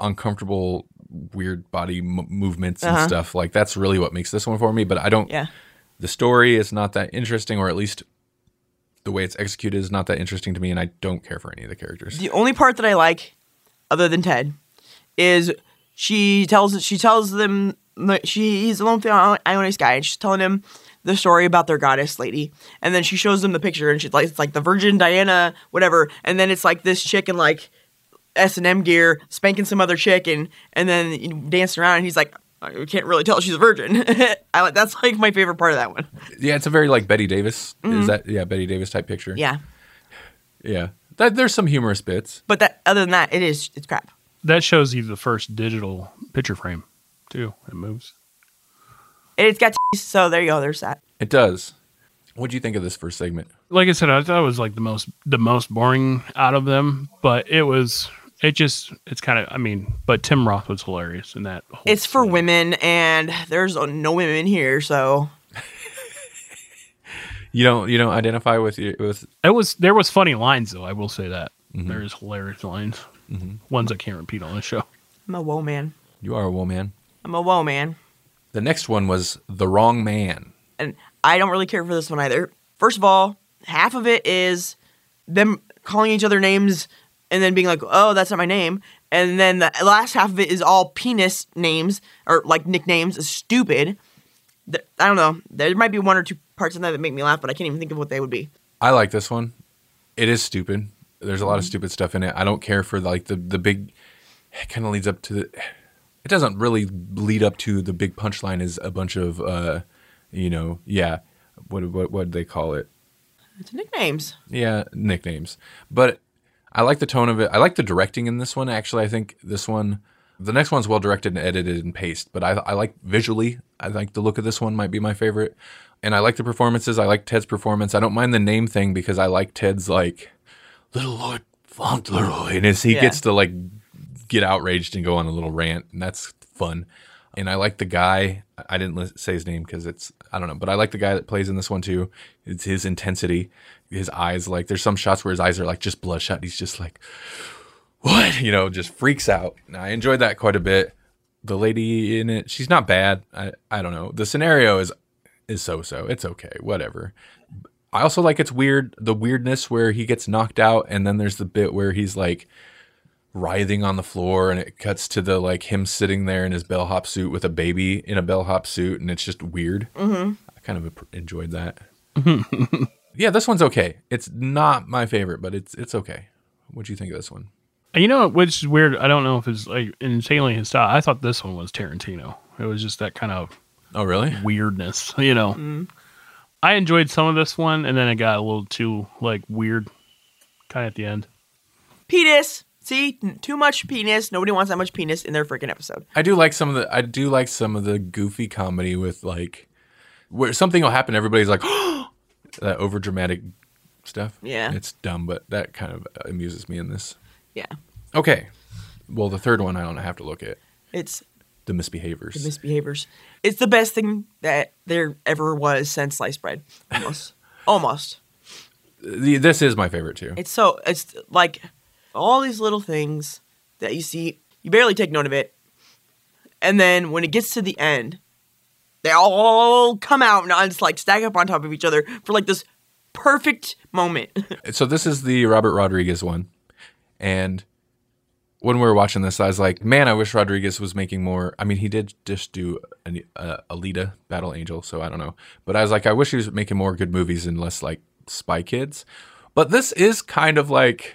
Speaker 4: uncomfortable, weird body m- movements and
Speaker 5: Uh-huh.
Speaker 4: stuff. Like that's really what makes this one for me. But I don't.
Speaker 5: Yeah.
Speaker 4: the story is not that interesting, or at least the way it's executed is not that interesting to me, and I don't care for any of the characters.
Speaker 5: The only part that I like, other than Ted, is she tells she tells them like, she he's alone with the Ionic guy, and she's telling him the story about their goddess lady, and then she shows them the picture, and she's like it's like the Virgin Diana, whatever, and then it's like this chick in like S and M gear spanking some other chick, and and then you know, dancing around, and he's like. I can't really tell she's a virgin. I, like- that's like my favorite part of that one.
Speaker 4: Yeah, it's a very like Betty Davis. Is that yeah Betty Davis type picture?
Speaker 5: Yeah,
Speaker 4: yeah. That, there's some humorous bits.
Speaker 5: but that other than that, it is it's crap.
Speaker 3: That shows you the first digital picture frame, too. It moves.
Speaker 5: And it's got so there you go. There's that.
Speaker 4: It does. What do you think of this first segment?
Speaker 3: Like I said, I thought it was like the most the most boring out of them, but it was it just it's kind of I mean, but Tim Roth was hilarious in that. Whole
Speaker 5: It's for
Speaker 3: scene.
Speaker 5: women, and there's uh, no women here, so
Speaker 4: You don't you don't identify with your- with
Speaker 3: It was there was funny lines though. I will say that There is hilarious lines, ones I can't repeat on the show.
Speaker 5: I'm a woe man.
Speaker 4: you are a woman.
Speaker 5: I'm a woe man,
Speaker 4: The next one was the wrong man.
Speaker 5: and I don't really care for this one either. First of all, half of it is them calling each other names and then being like, "Oh, that's not my name," and then the last half of it is all penis names or like nicknames. It's stupid. Th- I don't know. There might be one or two parts in that that make me laugh, but I can't even think of what they would be.
Speaker 4: I like this one. It is stupid. There's a lot of stupid stuff in it. I don't care for like the the big. It kind of leads up to. The, it doesn't really lead up to the big punchline. Is a bunch of, uh, you know, yeah. What what what they call it?
Speaker 5: It's nicknames.
Speaker 4: Yeah, nicknames. But I like the tone of it. I like the directing in this one. Actually, I think this one, the next one's well directed and edited and paced. But I, I like visually. I like the look of this one. Might be my favorite. And I like the performances. I like Ted's performance. I don't mind the name thing because I like Ted's like little Lord Fauntleroy, and as he
Speaker 5: Yeah.
Speaker 4: gets to like get outraged and go on a little rant, and that's fun. And I like the guy. I didn't li- say his name because it's I don't know, but I like the guy that plays in this one too. It's his intensity, his eyes. Like there's some shots where his eyes are like just bloodshot. and He's just like, what you know, just freaks out. And I enjoyed that quite a bit. The lady in it, she's not bad. I I don't know. The scenario is is so so. It's okay, whatever. I also like it's weird the weirdness where he gets knocked out and then there's the bit where he's like writhing on the floor and it cuts to the like him sitting there in his bellhop suit with a baby in a bellhop suit and it's just weird. Mm-hmm. I kind of enjoyed that. yeah, this one's okay. It's not my favorite, but it's it's okay. What do you think of this one?
Speaker 3: You know, which is weird. I don't know if it's like insanely his style. I thought this one was Tarantino. It was just that kind of
Speaker 4: Oh, really?
Speaker 3: weirdness, you know. I enjoyed some of this one, and then it got a little too like weird, kind of at the end.
Speaker 5: Penis. See, N- too much penis. Nobody wants that much penis in their freaking episode.
Speaker 4: I do like some of the I do like some of the goofy comedy with like where something will happen, everybody's like that over dramatic stuff.
Speaker 5: Yeah.
Speaker 4: It's dumb, but that kind of amuses me in this.
Speaker 5: Yeah,
Speaker 4: Okay. Well, the third one I don't have to look at.
Speaker 5: it's
Speaker 4: The misbehaviors.
Speaker 5: the misbehaviors. It's the best thing that there ever was since sliced bread. Almost, almost.
Speaker 4: The- this is my favorite too.
Speaker 5: It's so it's like all these little things that you see, you barely take note of it, and then when it gets to the end, they all come out and it's like stack up on top of each other for like this perfect moment.
Speaker 4: so this is the Robert Rodriguez one, and when we were watching this, I was like, "Man, I wish Rodriguez was making more." I mean, he did just do an, uh, Alita: Battle Angel, so I don't know, but I was like, "I wish he was making more good movies and less like Spy Kids." But this is kind of like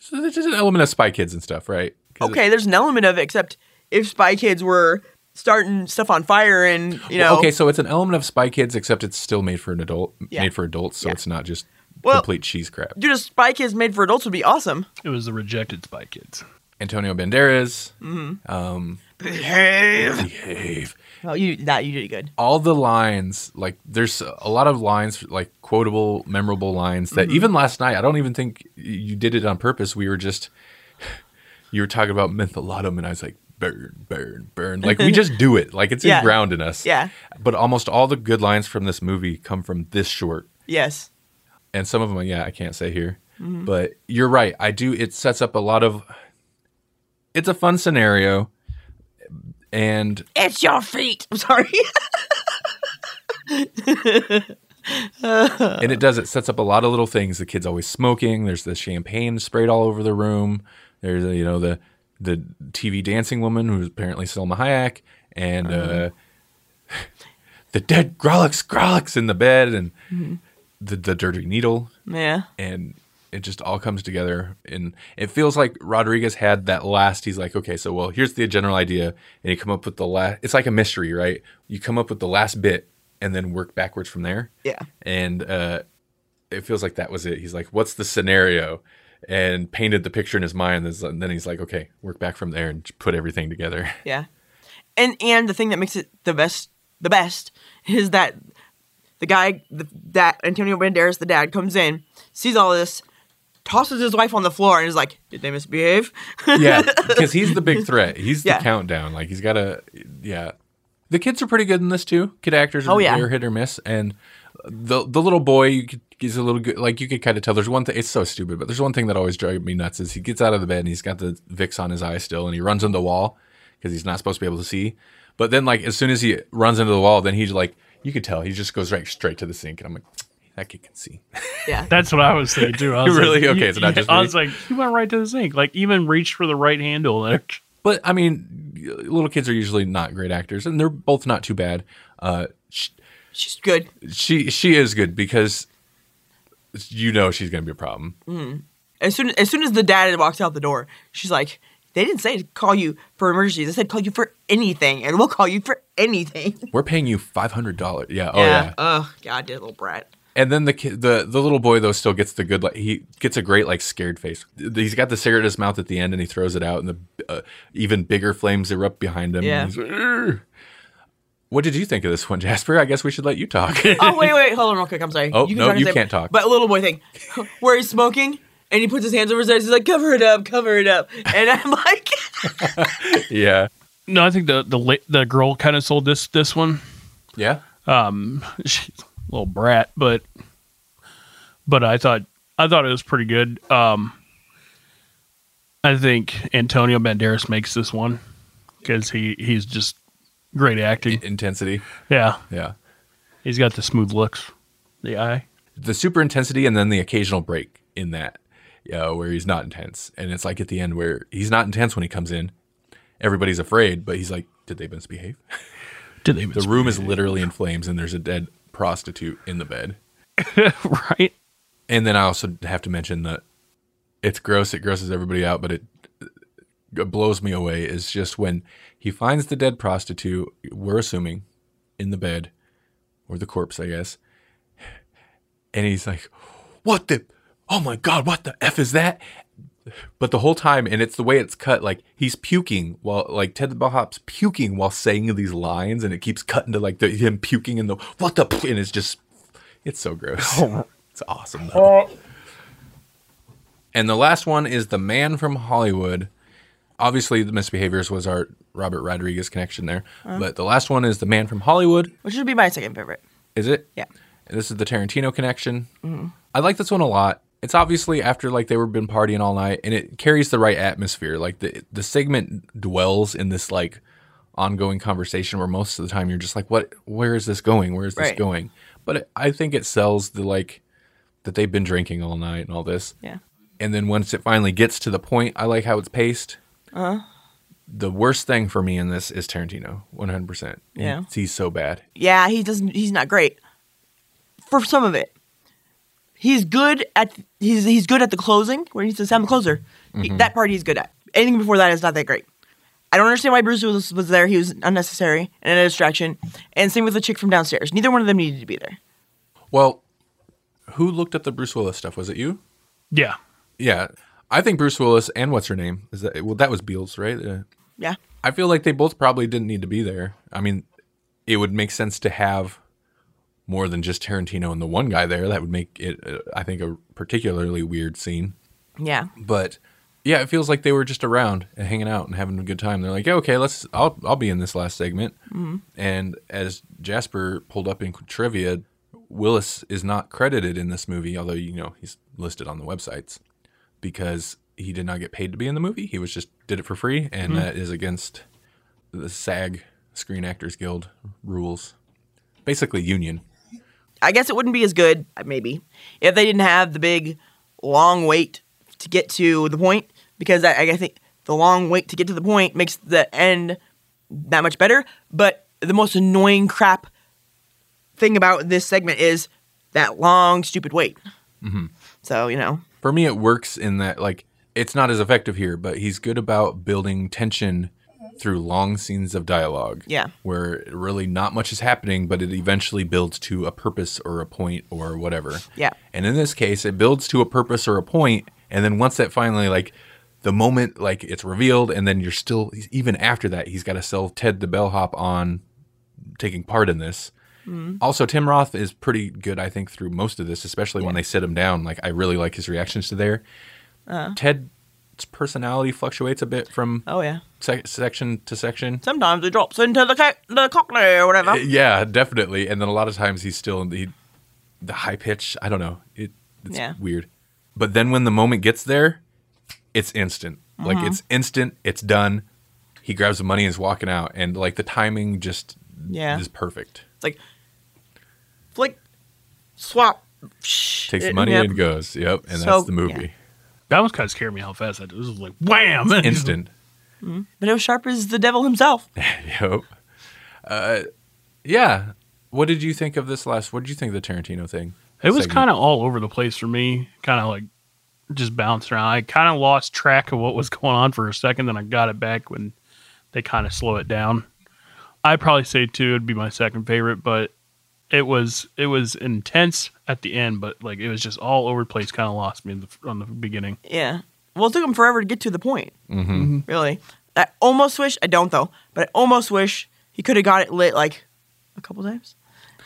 Speaker 4: so there's just an element of Spy Kids and stuff, right? 'Cause
Speaker 5: okay, there's an element of it, except if Spy Kids were starting stuff on fire and you know,
Speaker 4: Well, okay, so it's an element of Spy Kids, except it's still made for an adult,
Speaker 5: Yeah.
Speaker 4: made for adults, so
Speaker 5: Yeah.
Speaker 4: it's not just
Speaker 5: Well-
Speaker 4: complete cheese crap.
Speaker 5: dude, a Spy Kids made for adults would be awesome.
Speaker 3: It was the rejected Spy Kids.
Speaker 4: Antonio Banderas,
Speaker 5: Mm. Behave.
Speaker 4: behave.
Speaker 5: Oh, you that you did good.
Speaker 4: all the lines like there's a lot of lines like quotable memorable lines
Speaker 5: Mm-hmm.
Speaker 4: that even last night i don't even think you did it on purpose we were just you were talking about mentholatum and i was like burn burn burn like we just do it like it's
Speaker 5: Yeah.
Speaker 4: ingrained in us
Speaker 5: Yeah.
Speaker 4: but almost all the good lines from this movie come from this short
Speaker 5: Yes.
Speaker 4: and some of them yeah i can't say here
Speaker 5: Mm-hmm.
Speaker 4: but you're right i do it sets up a lot of it's a fun scenario and
Speaker 5: It's your feet. I'm sorry.
Speaker 4: and it does it sets up a lot of little things the kids always smoking there's the champagne sprayed all over the room there's uh, you know the the tv dancing woman who's apparently selma hayek and uh, the dead grolix grolix in the bed and the, the dirty needle
Speaker 5: yeah.
Speaker 4: and it just all comes together and it feels like rodriguez had that last he's like okay so well here's the general idea and you come up with the last it's like a mystery right you come up with the last bit and then work backwards from there
Speaker 5: Yeah.
Speaker 4: and uh, it feels like that was it. He's like, "What's the scenario?" and painted the picture in his mind. And then he's like, "Okay, work back from there and just put everything together."
Speaker 5: Yeah. And and the thing that makes it the best the best is that the guy the, that Antonio Banderas the dad comes in, sees all this, tosses his wife on the floor and is like, "Did they misbehave?"
Speaker 4: yeah, because he's the big threat. He's
Speaker 5: Yeah.
Speaker 4: the countdown. Like he's got to. Yeah, the kids are pretty good in this too. Kid actors are
Speaker 5: Oh, yeah.
Speaker 4: they're hit or miss, and the the little boy you could, he's a little good. Like you could kind of tell. There's one thing. It's so stupid, but there's one thing that always drives me nuts is he gets out of the bed and he's got the Vicks on his eye still, and he runs into the wall because he's not supposed to be able to see. But then, like as soon as he runs into the wall, then he's like, you could tell he just goes right straight to the sink, and I'm like, that kid can see.
Speaker 5: yeah.
Speaker 3: That's what I was thinking too. I was
Speaker 4: Really?
Speaker 3: Like,
Speaker 4: Okay,
Speaker 3: you-
Speaker 4: it's not just
Speaker 3: I
Speaker 4: me.
Speaker 3: was like, you went right to the sink. Like even reached for the right handle. Like
Speaker 4: But I mean, little kids are usually not great actors, and they're both not too bad. Uh, sh-
Speaker 5: She's good.
Speaker 4: she she is good because you know she's gonna be a problem.
Speaker 5: As soon as soon as the dad walks out the door, she's like, "They didn't say to call you for emergencies. They said call you for anything, and we'll call you for anything."
Speaker 4: We're paying you five hundred dollars. Yeah. Oh yeah.
Speaker 5: Oh god, dear little brat.
Speaker 4: And then the kid, the the little boy though still gets the good. Like he gets a great like scared face. He's got the cigarette in his mouth at the end, and he throws it out, and the uh, even bigger flames erupt behind him.
Speaker 5: Yeah.
Speaker 4: And he's like, "Arr." what did you think of this one, Jasper? I guess we should let you talk.
Speaker 5: Oh wait, wait, hold on, real quick. I'm sorry.
Speaker 4: Oh, no,
Speaker 5: and
Speaker 4: you
Speaker 5: say-
Speaker 4: can't talk.
Speaker 5: But little boy thing, where he's smoking and he puts his hands over his eyes. He's like, cover it up, cover it up. And I'm like,
Speaker 4: yeah.
Speaker 3: no, I think the the la- the girl kind of sold this this one.
Speaker 4: Yeah.
Speaker 3: um she's a little brat but but i thought i thought it was pretty good um i think antonio banderas makes this one because he he's just great acting
Speaker 4: Intensity.
Speaker 3: yeah
Speaker 4: Yeah.
Speaker 3: he's got the smooth looks the eye
Speaker 4: the super intensity and then the occasional break in that uh, where he's not intense and it's like at the end where he's not intense when he comes in everybody's afraid but he's like did they misbehave
Speaker 3: did they
Speaker 4: the room is literally in flames and there's a dead prostitute in the bed
Speaker 3: right
Speaker 4: and then i also have to mention that it's gross it grosses everybody out but it, it blows me away is just when he finds the dead prostitute we're assuming in the bed or the corpse i guess and he's like what the oh my god what the f is that But the whole time, and it's the way it's cut, like he's puking while, like Ted the Bellhop's puking while saying these lines, and it keeps cutting to like the, him puking and the what the, p-" and it's just, it's so gross. it's awesome though. And the last one is The Man from Hollywood. Obviously, The Misbehaviors was our Robert Rodriguez connection there. But the last one is The Man from Hollywood.
Speaker 5: which would be my second favorite.
Speaker 4: Is it?
Speaker 5: Yeah. Mm-hmm.
Speaker 4: And this is the Tarantino connection. I like this one a lot. It's obviously after like they were been partying all night, and it carries the right atmosphere. Like the the segment dwells in this like ongoing conversation where most of the time you're just like, what? Where is this going? Where is this
Speaker 5: Right.
Speaker 4: going? But it, I think it sells the like that they've been drinking all night and all this.
Speaker 5: Yeah.
Speaker 4: And then once it finally gets to the point, I like how it's paced.
Speaker 5: Uh-huh.
Speaker 4: The worst thing for me in this is Tarantino, one hundred percent.
Speaker 5: Yeah.
Speaker 4: he's so bad.
Speaker 5: Yeah, he doesn't. He's not great for some of it. He's good at he's he's good at the closing where he says I'm a closer. He-
Speaker 4: Mm-hmm.
Speaker 5: that part he's good at. Anything before that is not that great. I don't understand why Bruce was, was there. He was unnecessary and a distraction. And same with the chick from downstairs. Neither one of them needed to be there.
Speaker 4: Well, who looked up the Bruce Willis stuff? Was it you?
Speaker 3: Yeah.
Speaker 4: Yeah, I think Bruce Willis and what's her name is that. Well, that was Beals, right? Uh,
Speaker 5: Yeah,
Speaker 4: I feel like they both probably didn't need to be there. I mean, it would make sense to have more than just Tarantino and the one guy there. That would make it, uh, I think, a particularly weird scene.
Speaker 5: yeah.
Speaker 4: But yeah, it feels like they were just around and hanging out and having a good time. They're like, yeah, okay, let's. I'll I'll be in this last segment. And as Jasper pulled up in trivia, Willis is not credited in this movie, although you know he's listed on the websites because he did not get paid to be in the movie. He was just did it for free, and that is against the SAG Screen Actors Guild rules, basically union.
Speaker 5: I guess it wouldn't be as good, uh, maybe, if they didn't have the big long wait to get to the point, because I, I think the long wait to get to the point makes the end that much better. But the most annoying crap thing about this segment is that long, stupid wait.
Speaker 4: Mm-hmm.
Speaker 5: So, you know,
Speaker 4: for me it works in that like it's not as effective here but he's good about building tension through long scenes of dialogue
Speaker 5: Yeah.
Speaker 4: where really not much is happening but it eventually builds to a purpose or a point or whatever
Speaker 5: Yeah.
Speaker 4: and in this case it builds to a purpose or a point and then once that finally like the moment like it's revealed and then you're still even after that he's got to sell ted the bellhop on taking part in this also, Tim Roth is pretty good, I think, through most of this, especially when they sit him down. Like, I really like his reactions to there. Ted's personality fluctuates a bit from
Speaker 5: Uh. oh yeah.
Speaker 4: sec- section to section.
Speaker 5: Sometimes it drops into the, ca- the cockney or whatever.
Speaker 4: Yeah, definitely. And then a lot of times he's still in the, the high pitch. I don't know. It, it's
Speaker 5: Yeah.
Speaker 4: weird. But then when the moment gets there, it's instant.
Speaker 5: Mm-hmm.
Speaker 4: Like, it's instant. It's done. He grabs the money and is walking out. And, like, the timing just
Speaker 5: Yeah.
Speaker 4: is perfect.
Speaker 5: It's like, flick, swap. Takes
Speaker 4: Takes the money and goes. Yep. And
Speaker 5: So-
Speaker 4: that's the movie.
Speaker 5: yeah.
Speaker 3: That one's kind of scared me how fast that it was like wham
Speaker 4: Instant.
Speaker 5: But how sharp is the devil himself?
Speaker 4: Yep. Uh, yeah. What did you think of this last? What did you think of the Tarantino thing?
Speaker 3: It was
Speaker 4: segment?
Speaker 3: kind of all over the place for me, kind of like just bouncing around. I kind of lost track of what was going on for a second, then I got it back when they kind of slow it down. I'd probably say two would be my second favorite, but it was it was intense at the end, but like it was just all over the place. Kind of lost me in the, on the beginning.
Speaker 5: Yeah. Well, it took him forever to get to the point. Mm-hmm. Really. I almost wish, I don't though, but I almost wish he could have got it lit like a couple times.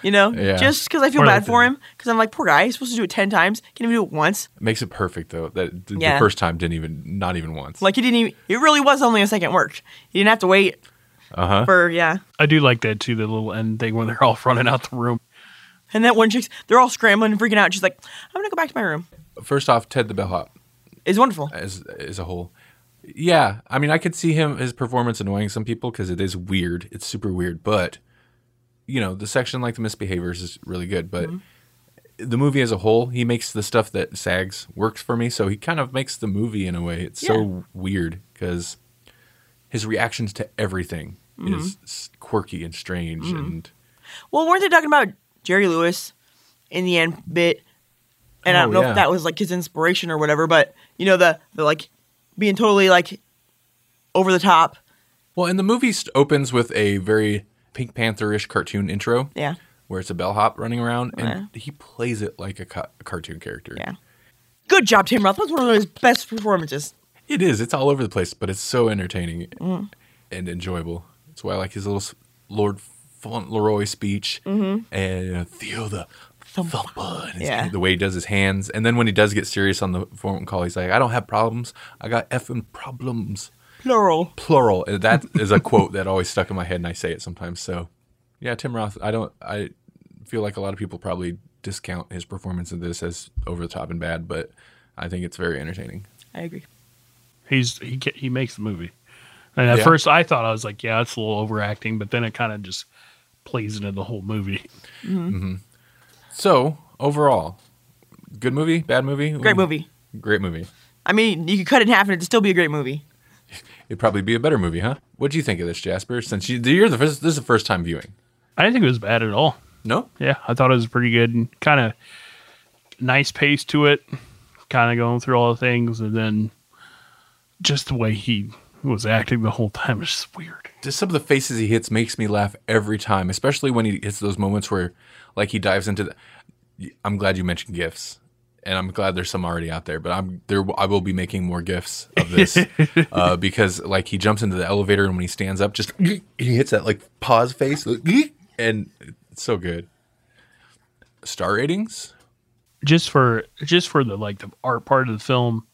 Speaker 5: You know?
Speaker 4: Yeah.
Speaker 5: Just because I feel
Speaker 3: Or
Speaker 5: bad
Speaker 3: like
Speaker 5: for
Speaker 3: the-
Speaker 5: him. Because I'm like, poor guy, he's supposed to do it 10 times. Can't even do it once.
Speaker 4: makes it perfect though. That the,
Speaker 5: Yeah.
Speaker 4: the first time didn't even not even once.
Speaker 5: Like, he didn't even, it really was only a second work. He didn't have to wait
Speaker 4: Uh huh.
Speaker 5: for, yeah.
Speaker 3: I do like that too, the little end thing when they're all running out the room.
Speaker 5: And that one chick's, they're all scrambling and freaking out. She's like, I'm going to go back to my room.
Speaker 4: First off, Ted the Bellhop
Speaker 5: It's wonderful.
Speaker 4: as as a whole. Yeah, I mean, I could see him his performance annoying some people because it is weird. It's super weird, but you know, the section like the misbehaviors is really good. But the movie as a whole, he makes the stuff that sags works for me. So he kind of makes the movie in a way. It's so weird because his reactions to everything is s- quirky and strange. And
Speaker 5: Well, weren't they talking about Jerry Lewis in the end bit? And I
Speaker 4: Oh,
Speaker 5: don't know
Speaker 4: yeah.
Speaker 5: if that was like his inspiration or whatever, but you know the the like being totally like over the top.
Speaker 4: well, and the movie st- opens with a very Pink Panther ish cartoon intro.
Speaker 5: Yeah,
Speaker 4: where it's a bellhop running around, and
Speaker 5: Right.
Speaker 4: he plays it like a, ca- a cartoon character.
Speaker 5: Yeah. Good job, Tim Roth. That's one of his best performances.
Speaker 4: It is. It's all over the place, but it's so entertaining
Speaker 5: Mm.
Speaker 4: and enjoyable. That's why I like his little s- Lord Fauntleroy speech and uh, Theo the Thumper. And his-
Speaker 5: Mm-hmm. Yeah.
Speaker 4: The way he does his hands. And then when he does get serious on the phone call, he's like, I don't have problems. I got effing problems.
Speaker 5: Plural.
Speaker 4: Plural. And that is a quote that always stuck in my head and I say it sometimes. So, yeah, Tim Roth, I don't, I feel like a lot of people probably discount his performance in this as over the top and bad, but I think it's very entertaining.
Speaker 5: I agree.
Speaker 3: He's he ca- he makes the movie. And at
Speaker 4: Yeah.
Speaker 3: first, I thought I was like, yeah, it's a little overacting, but then it kind of just plays into the whole movie.
Speaker 4: So overall, good movie, bad movie,
Speaker 5: Great movie.
Speaker 4: great movie.
Speaker 5: I mean, you could cut it in half and it'd still be a great movie.
Speaker 4: It'd probably be a better movie, huh? What do you think of this, Jasper? Since you, you're the first, this is the first time viewing.
Speaker 3: I didn't think it was bad at all.
Speaker 4: No,
Speaker 3: Yeah, I thought it was pretty good and kind of nice pace to it, kind of going through all the things, and then just the way he was acting the whole time is just weird.
Speaker 4: just some of the faces he hits makes me laugh every time, especially when he hits those moments where, like, he dives into. the I'm glad you mentioned gifts, and I'm glad there's some already out there. But I'm there. I will be making more gifts of this uh, because, like, he jumps into the elevator and when he stands up, just he hits that like pause face, and it's so good. Star ratings.
Speaker 3: just for just for the like the art part of the film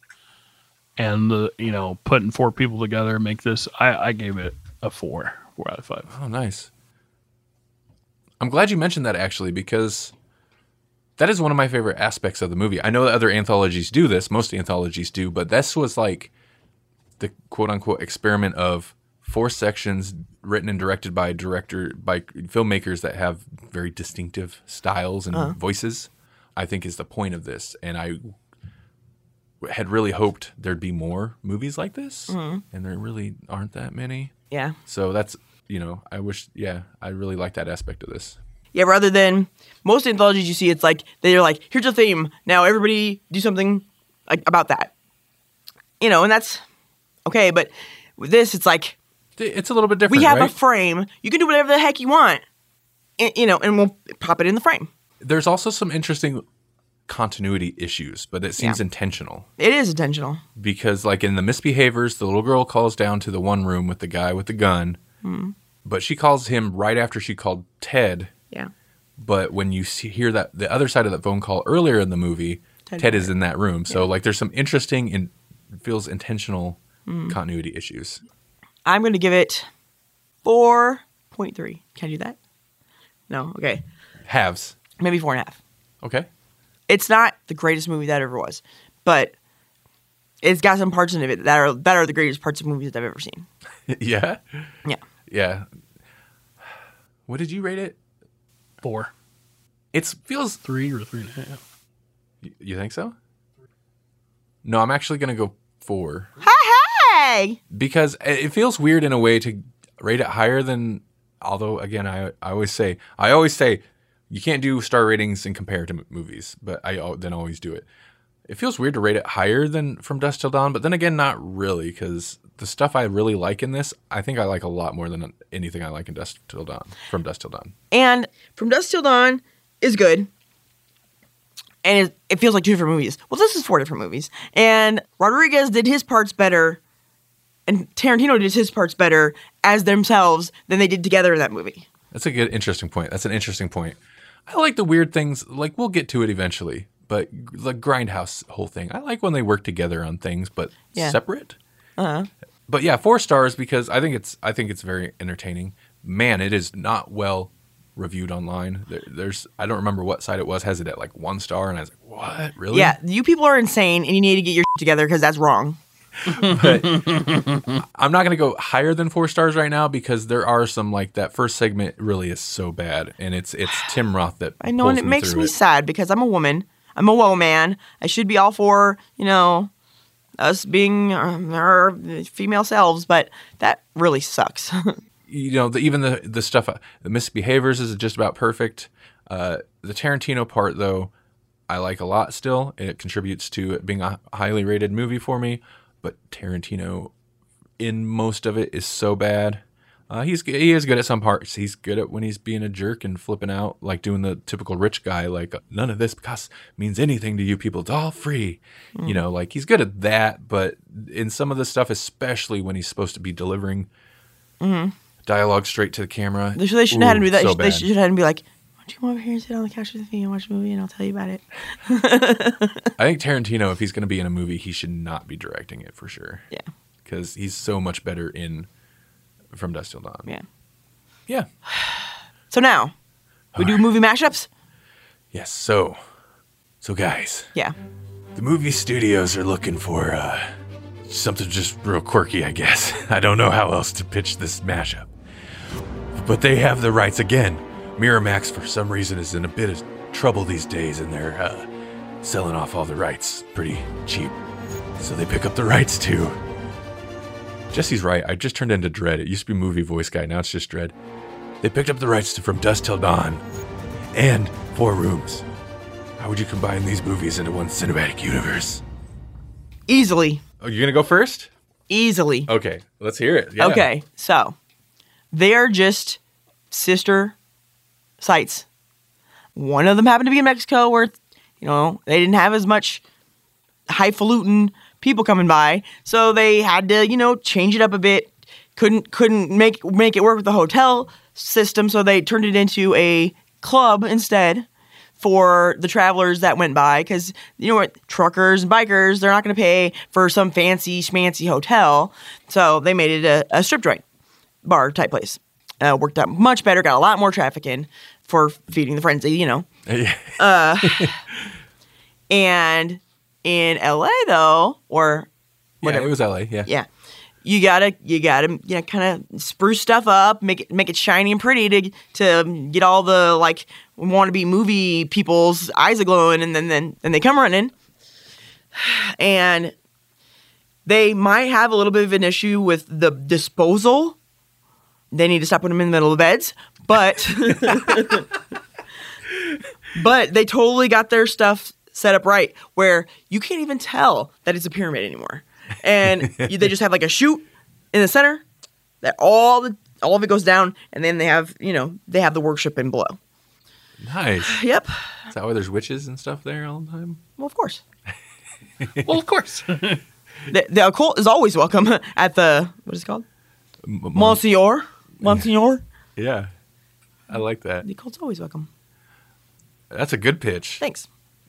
Speaker 3: and the you know putting four people together and make this i i gave it a four four out of five
Speaker 4: Oh, nice. I'm glad you mentioned that actually, because that is one of my favorite aspects of the movie. I know that other anthologies do this, most anthologies do, but this was like the quote unquote experiment of four sections written and directed by director by filmmakers that have very distinctive styles and voices. I think is the point of this, and I had really hoped there'd be more movies like this, and there really aren't that many.
Speaker 5: Yeah.
Speaker 4: So that's you know, I wish yeah, I really like that aspect of this.
Speaker 5: Yeah, rather than most anthologies you see, it's like they're like, here's a theme. Now everybody do something like about that. You know, and that's okay, but with this it's like
Speaker 4: Th- It's a little bit different.
Speaker 5: we have
Speaker 4: right?
Speaker 5: a frame. You can do whatever the heck you want. And, you know, and we'll pop it in the frame.
Speaker 4: There's also some interesting continuity issues, but it seems
Speaker 5: Yeah.
Speaker 4: intentional
Speaker 5: It is intentional.
Speaker 4: because like in the misbehaviors, the little girl calls down to the one room with the guy with the gun,
Speaker 5: Hmm.
Speaker 4: but she calls him right after she called Ted.
Speaker 5: Yeah.
Speaker 4: But when you see, hear that the other side of that phone call earlier in the movie,
Speaker 5: Ted
Speaker 4: Ted, is in that room. So like, there's some interesting and feels intentional
Speaker 5: Hmm.
Speaker 4: continuity issues.
Speaker 5: I'm going to give it 4.3. Can I do that? No. Okay.
Speaker 4: Halves.
Speaker 5: Maybe four and a half.
Speaker 4: Okay.
Speaker 5: It's not the greatest movie that ever was, but it's got some parts in it that are that are the greatest parts of movies that I've ever seen.
Speaker 4: yeah.
Speaker 5: Yeah.
Speaker 4: Yeah. What did you rate it?
Speaker 3: four
Speaker 4: It feels.
Speaker 3: three or three and a half
Speaker 4: You think so? No, I'm actually gonna go four
Speaker 5: Hey.
Speaker 4: because it it feels weird in a way to rate it higher than. Although again, I I always say I always say you can't do star ratings and compare to m- movies, but I al- then always do it. It feels weird to rate it higher than From Dusk Till Dawn, but then again, not really because the stuff I really like in this, I think I like a lot more than anything I like in Dusk Till Dawn. From Dusk Till Dawn.
Speaker 5: And From Dusk Till Dawn is good. And it, it feels like two different movies. Well, this is four different movies. And Rodriguez did his parts better, and Tarantino did his parts better as themselves than they did together in that movie.
Speaker 4: That's a good, interesting point. That's an interesting point. I like the weird things. Like we'll get to it eventually, but the grindhouse whole thing. I like when they work together on things, but
Speaker 5: Yeah. Uh-huh.
Speaker 4: separate. But yeah, four stars because I think it's I think it's very entertaining. Man, it is not well reviewed online. There, there's I don't remember what site it was has it at like one star, and I was like, what really?
Speaker 5: Yeah, you people are insane, and you need to get your shit together because that's wrong.
Speaker 4: I'm not going to go higher than four stars right now because there are some like that first segment really is so bad, and it's it's Tim Roth that
Speaker 5: I know, and
Speaker 4: pulls
Speaker 5: it makes
Speaker 4: through
Speaker 5: me
Speaker 4: it.
Speaker 5: sad because I'm a woman. I'm a woman. I should be all for you know us being um, our female selves, but that really sucks.
Speaker 4: you know, the, even the the stuff, uh, the misbehaviors is just about perfect. Uh, the Tarantino part, though, I like a lot still. It contributes to it being a highly rated movie for me. But Tarantino, in most of it, is so bad. Uh, he's g- he is good at some parts. He's good at when he's being a jerk and flipping out, like doing the typical rich guy, like uh, none of this because means anything to you people. It's all free,
Speaker 5: Hmm.
Speaker 4: you know. Like he's good at that, but in some of the stuff, especially when he's supposed to be delivering dialogue straight to the camera,
Speaker 5: Mm-hmm. They should, they should have had him
Speaker 4: ooh,
Speaker 5: do that.
Speaker 4: so
Speaker 5: they
Speaker 4: bad.
Speaker 5: should have had him be like, "Why don't you come over here and sit on the couch with me and watch a movie, and I'll tell you about it."
Speaker 4: I think Tarantino, if he's going to be in a movie, he should not be directing it for sure.
Speaker 5: Yeah.
Speaker 4: because he's so much better in From Dusk Till Dawn.
Speaker 5: Yeah.
Speaker 4: Yeah.
Speaker 5: So now we do
Speaker 4: Alright.
Speaker 5: movie mashups.
Speaker 4: Yes. So, so guys.
Speaker 5: Yeah.
Speaker 4: The movie studios are looking for uh, something just real quirky, I guess. I don't know how else to pitch this mashup. But they have the rights again. Miramax, for some reason, is in a bit of trouble these days, and they're uh, selling off all the rights pretty cheap. So they pick up the rights too. Jesse's right. I just turned into Dread. It used to be movie voice guy. Now it's just Dread. They picked up the rights to From Dusk Till Dawn and Four Rooms. How would you combine these movies into one cinematic universe?
Speaker 5: Easily.
Speaker 4: Oh, you're gonna go first?
Speaker 5: Easily.
Speaker 4: Okay, let's hear it. Yeah.
Speaker 5: Okay, so they are just sister sites. One of them happened to be in Mexico, where you know they didn't have as much highfalutin people coming by, so they had to you know change it up a bit. Couldn't couldn't make make it work with the hotel system, so they turned it into a club instead for the travelers that went by because you know what truckers and bikers they're not going to pay for some fancy schmancy hotel so they made it a, a strip joint bar type place uh, worked out much better got a lot more traffic in for feeding the frenzy you know Uh, and in la though or
Speaker 4: Yeah, it was LA. Yeah.
Speaker 5: yeah you gotta you gotta you know kind of spruce stuff up make it make it shiny and pretty to to get all the like wannabe movie people's eyes a glowing and then then then they come running and they might have a little bit of an issue with the disposal they need to stop putting them in the middle of beds but but they totally got their stuff set up right where you can't even tell that it's a pyramid anymore and you, they just have like a chute in the center that all the all of it goes down and then they have you know they have the worship and below
Speaker 4: Nice.
Speaker 5: yep
Speaker 4: Is that why there's witches and stuff there all the time?
Speaker 5: well of course
Speaker 3: well, of course.
Speaker 5: the, the occult is always welcome at the what is it called
Speaker 4: M- m-
Speaker 5: monsieur monsieur
Speaker 4: yeah. I like that.
Speaker 5: the occult's always welcome
Speaker 4: That's a good pitch.
Speaker 5: thanks